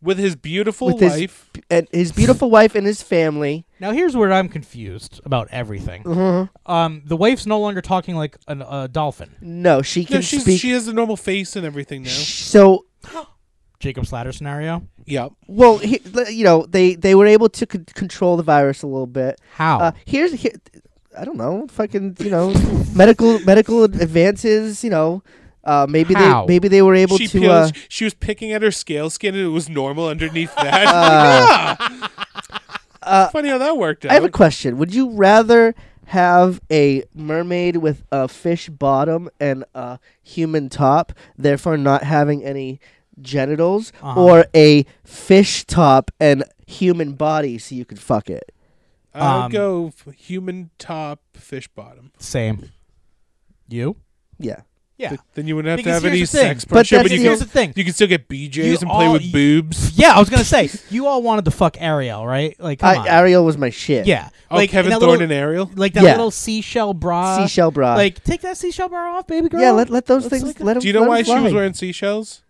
with his beautiful
With his-
wife.
and his
<laughs>
beautiful wife and his family.
Now here's where I'm confused about everything.
Mm-hmm.
Um, the wife's no longer talking like an, a dolphin.
No, she can
No, she's,
speak.
she has a normal face and everything now.
so
Jacob Slatter scenario.
yep.
well, he, you know, they they were able to c- control the virus a little bit.
How?
Oh.
Uh, here's here, I don't know, fucking you know, medical medical advances. You know, uh, maybe
How?
they maybe they were able
She
to. uh,
peels, she was picking at her scale skin and it was
<laughs>
normal underneath that. <laughs> Yeah. Funny how that worked out.
Uh, I have a question. Would you rather have a mermaid with a fish bottom and a human top, therefore not having any genitals,
Uh-huh.
or a fish top and human body so you could fuck it?
I'll
Um,
go f- human top, fish bottom.
Same. You?
Yeah.
Yeah.
Th- then you wouldn't have
Because
to have any
here's the thing.
sex
But
shit,
that's
you
the-
can,
here's
the thing.
you can still get BJs
You
and play
all-
with
you-
boobs.
yeah, I was gonna say you all wanted to fuck Ariel, right? Like, come on.
I, Ariel was my shit.
yeah.
Oh,
like
Kevin
that
Thorne
little-
and Ariel.
Like that
Yeah.
little seashell bra.
Uh,
Seashell bra.
Like, take that seashell bra off, baby girl.
yeah, let, let those
Let's
things.
like-
let 'em-
Do you know
let 'em
why she was
fly.
wearing seashells?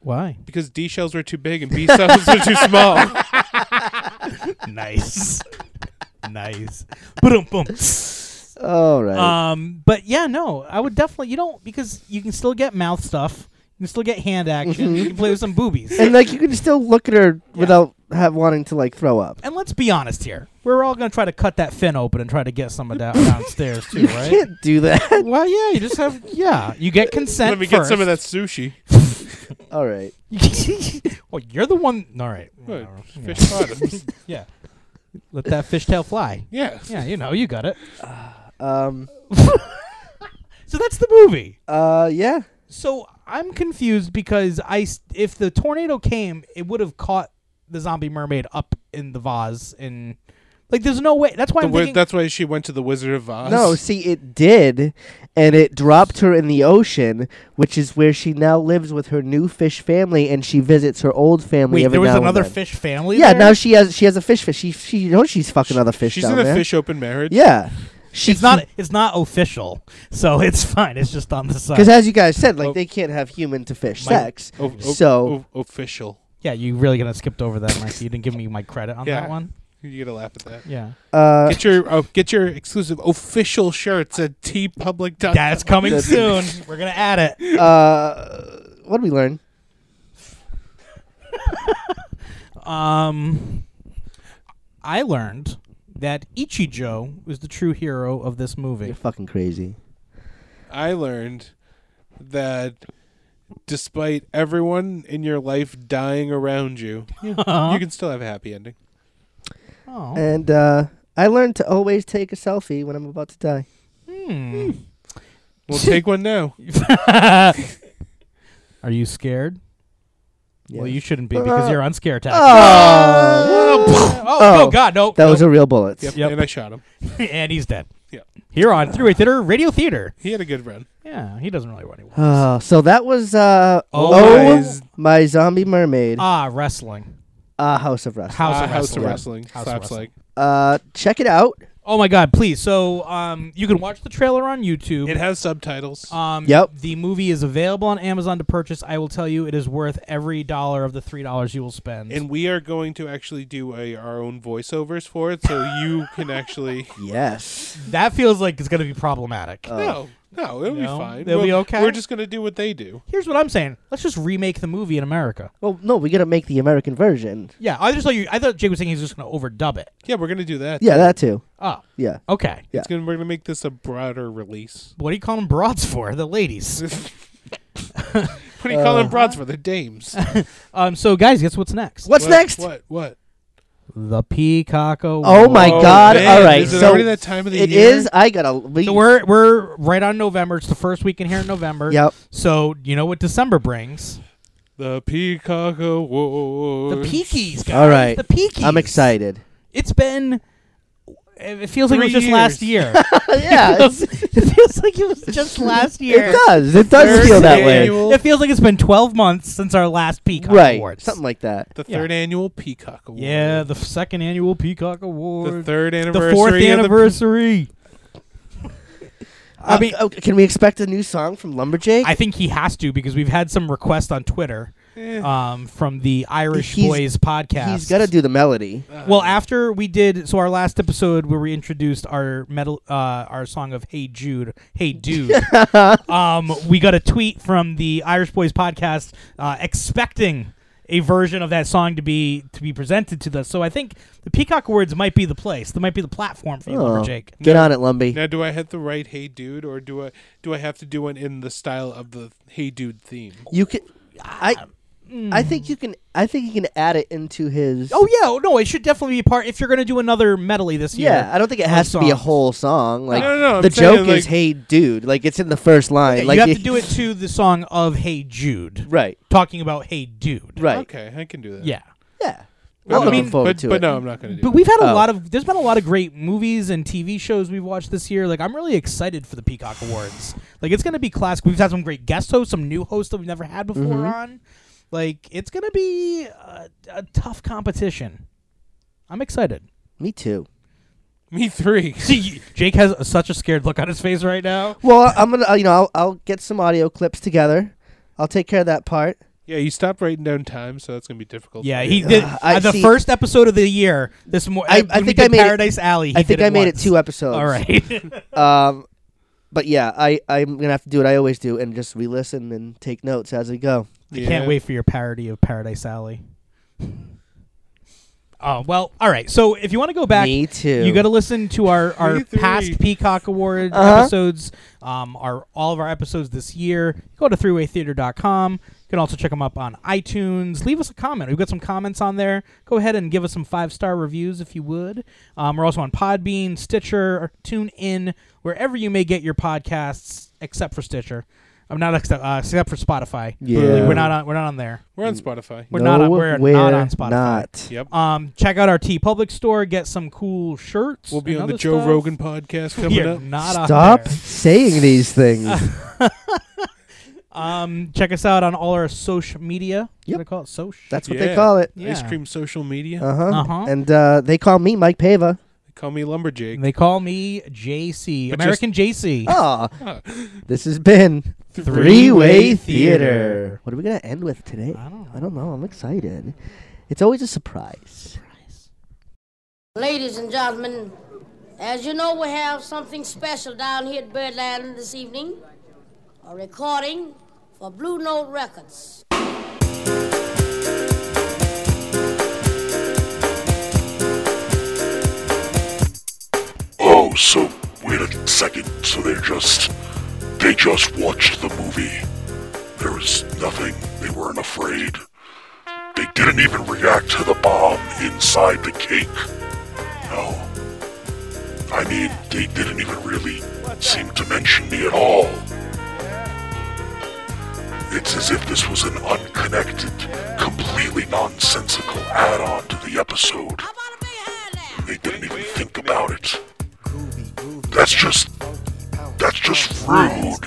Why?
Because D shells were too big and B shells were
<laughs>
too small.
nice. nice. Boom, boom.
All right.
Um, but yeah, no, I would definitely. You don't because you can still get mouth stuff. You can still get hand action. You can play with some boobies.
Mm-hmm. and like you can still look at her without have wanting to like throw up.
And let's be honest here. We're all gonna try to cut that fin open and try to get some
<laughs>
of that downstairs too, right?
Can't do that. <laughs>
Well, yeah, you just have yeah. You get consent.
Let me get
first.
some of that sushi.
All right.
<laughs> well, you're the one. All right.
Good.
Whatever. <laughs>
Fish bottoms.
Yeah. Let that fishtail fly.
Yeah.
Yeah, you know, you got it.
Um.
So that's the movie.
Uh. Yeah.
So I'm confused because I s- if the tornado came, it would have caught the zombie mermaid up in the vase and like there's no way. That's why
The
I'm
wi-
thinking.
that's why she went to the Wizard of Oz.
No, see, it did, and it dropped her in the ocean, which is where she now lives with her new fish family, and she visits her old family.
Wait,
every
there was
now and
another
then.
fish family.
Yeah,
there?
now she has she has a fish. fish. She she you know she's fucking other fish
She's
down
in a
there.
fish open marriage.
Yeah, she's
it's not it's not official, <laughs> so it's fine. It's just on the
because
side.
as you guys said, like
Oh.
they can't have human to fish
My-
sex.
O-
oh,
o-
so
o- official.
Yeah, you really gonna skipped over that, Mike? You didn't give me my credit on
Yeah.
that one.
You get a laugh at that.
Yeah,
uh,
Get your oh, get your exclusive official shirts at tpublic.com.
that's coming soon. We're gonna add it.
uh, what did we learn?
Um, I learned that Ichijo is the true hero of this movie.
You're fucking crazy.
I learned that despite everyone in your life dying around you, you can still have a happy ending.
<laughs> Oh.
And uh, I learned to always take a selfie when I'm about to die.
Hmm.
We'll take one now.
<laughs> Are you scared? Well,
Yes. Uh,
you shouldn't be because you're on scare tactics.
Oh,
oh,
Oh.
oh, God, nope.
that was
nope.
a real bullet.
Yep,
Yep.
And I shot him.
<laughs> and he's dead.
Yep.
Here on Throughway Theater, Radio Theater.
He had a good run.
Yeah, he doesn't really want anyone.
Oh, so that was uh,
Oh,
oh,
my z-
my zombie mermaid, uh,
Ah, wrestling.
House of Rust.
House,
Ah,
of,
House
wrestling.
of Wrestling.
House of
Slaps
Wrestling.
like.
Uh, check it out.
Oh my God! Please. So, um, you can watch the trailer on YouTube.
It has subtitles.
Um,
Yep.
The movie is available on Amazon to purchase. I will tell you, it is worth every dollar of the three dollars you will spend.
and we are going to actually do a, our own voiceovers for it, so you can actually.
Yes.
that feels like it's going to be problematic.
Uh,
No, no, it'll be
No?
fine.
They'll be
We'll-
okay?
We're just gonna do what they do.
Here's what I'm saying: Let's just remake the movie in America.
Well, no, we gotta make the American version.
Yeah, I just thought you. I thought Jake was saying he's just going to overdub it.
Yeah, we're gonna do that.
Yeah, that too.
Oh,
Yeah.
okay.
Yeah.
It's gonna we're gonna make this a broader release.
What do you call them broads for? The ladies.
<laughs>
What do you call them broads for the <laughs> dames?
Um. So, guys, guess what's next?
What's
What-
next?
What? What?
The Peacock Award.
Oh my God!
man,
All right,
is it
so
already that time of the
it
year?
is. I gotta. We,
So we're we're right on November. It's the first weekend here in November.
Yep.
So you know what December brings?
The Peacock
The
Award.
Peakies, guys.
All right.
The Peakies.
I'm excited.
It's been. It feels like it was
Three
just last year.
years.
<laughs> yeah, it's-
<laughs> it feels like it was just last year.
it does. It does
Third
feel that way.
annual-
It feels like it's been 12 months since our last Peacock
Right.
Awards.
Something like that.
the
Yeah.
third annual Peacock Award.
yeah, the second annual Peacock
The
Award.
third
The
anniversary.
fourth
of the-
anniversary. I
Uh,
mean-
oh, can we expect a new song from Lumberjake?
I think he has to because we've had some requests on Twitter um, from the Irish
He's-
Boys podcast.
He's got to do the melody.
Well, after we did so, our last episode where we introduced our metal, uh, our song of "Hey Jude,
<laughs>
Hey Dude," um, we got a tweet from the Irish Boys podcast uh, expecting a version of that song to be to be presented to us. So I think the Peacock Awards might be the place. That might be the platform for you,
Oh,
Lumberjake.
Get on it, Lumby.
Now, do I hit the right "Hey Dude" or do I do I have to do one in the style of the "Hey Dude" theme?
You can. I. I think you can. I think you can add it into his.
Mm. Oh yeah, oh, no, it should definitely be part. If you're going to do another medley this year,
yeah. I don't think it
of
has to be a
songs.
whole song. Like
No, no, I'm
the
saying,
joke
like-
is, "Hey, dude!" Like it's in the first line.
Yeah,
like
you have to do it to the song of "Hey Jude,"
Right.
talking about "Hey Dude."
Right.
Okay, I can do that.
Yeah.
Yeah.
But
I'm
no,
looking
but-
forward to
but
it.
no, I'm not going to do.
But
it.
we've had a
Oh.
lot of there's been a lot of great movies and TV shows we've watched this year. Like I'm really excited for the Peacock Awards. Like it's gonna be classic. We've had some great guest hosts, some new hosts that we've never had before
Mm-hmm.
on. Like it's gonna be a, a tough competition. I'm excited.
Me too.
Me three.
See, <laughs> Jake has such a scared look on his face right now.
Well, I'm gonna. uh, You know, I'll, I'll get some audio clips together. I'll take care of that part.
Yeah, you stopped writing down time, so that's going to be difficult.
Yeah,
for
he
you.
did
Ugh, I
uh, the
see-
first episode of the year. This morning,
I- I
we
think
did
I made it-
Paradise Alley. he
I think
did
I made
once.
it two episodes.
All right. <laughs>
Um, but yeah, I I'm gonna have to do what I always do and just re-listen and take notes as we go.
Yeah.
Can't wait for your parody of Paradise Alley. <laughs> Oh well, all right. So if you want to go back,
Me too.
you got to listen to <laughs> our our
Me too.
past Peacock Award
Uh-huh.
episodes, um, our all of our episodes this year. Go to threewaytheater.com. You can also check them up on iTunes. Leave us a comment. We've got some comments on there. Go ahead and give us some five star reviews if you would. Um, we're also on Podbean, Stitcher, TuneIn, wherever you may get your podcasts, except for Stitcher. I'm not except, uh, except for Spotify.
Yeah.
we're not on. We're not on there.
We're on Spotify.
We're not on. We're, not on Spotify.
not.
Yep.
Um, check out our T Public store. Get some cool shirts.
we'll be
and
on the
other
Joe
stuff.
Rogan podcast coming
You're
up.
not on
Stop
there.
saying these things.
<laughs> Um, check us out on all our social media.
Yep.
What I call it, social.
That's what
Yeah.
they call it.
Ice cream social media.
Uh huh.
Uh-huh.
And uh, they call me Mike
<laughs>
Pava.
Call me lumberjake.
They call me JC,
But
American JC.
Ah, this has been Three Way Theater. What are we gonna end with today?
I don't know.
I don't know. I'm excited. It's always a surprise.
Ladies and gentlemen, as you know, we have something special down here at Birdland this evening a recording for Blue Note Records.
Oh, so wait a second. So they're just they just watched the movie. There was nothing. They weren't afraid. They didn't even react to the bomb inside the cake. No. I mean, they didn't even really seem to mention me at all. It's as if this was an unconnected, completely nonsensical add on to the episode.
How about a big hand now?
They didn't even think about it. That's just. That's just rude.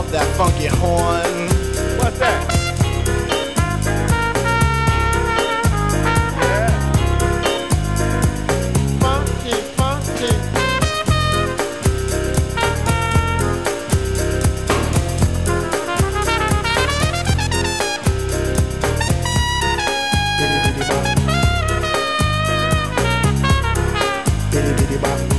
of that funky horn.
What's that? Yeah. Funky, funky.
Biddy biddy bop. Biddy biddy bop.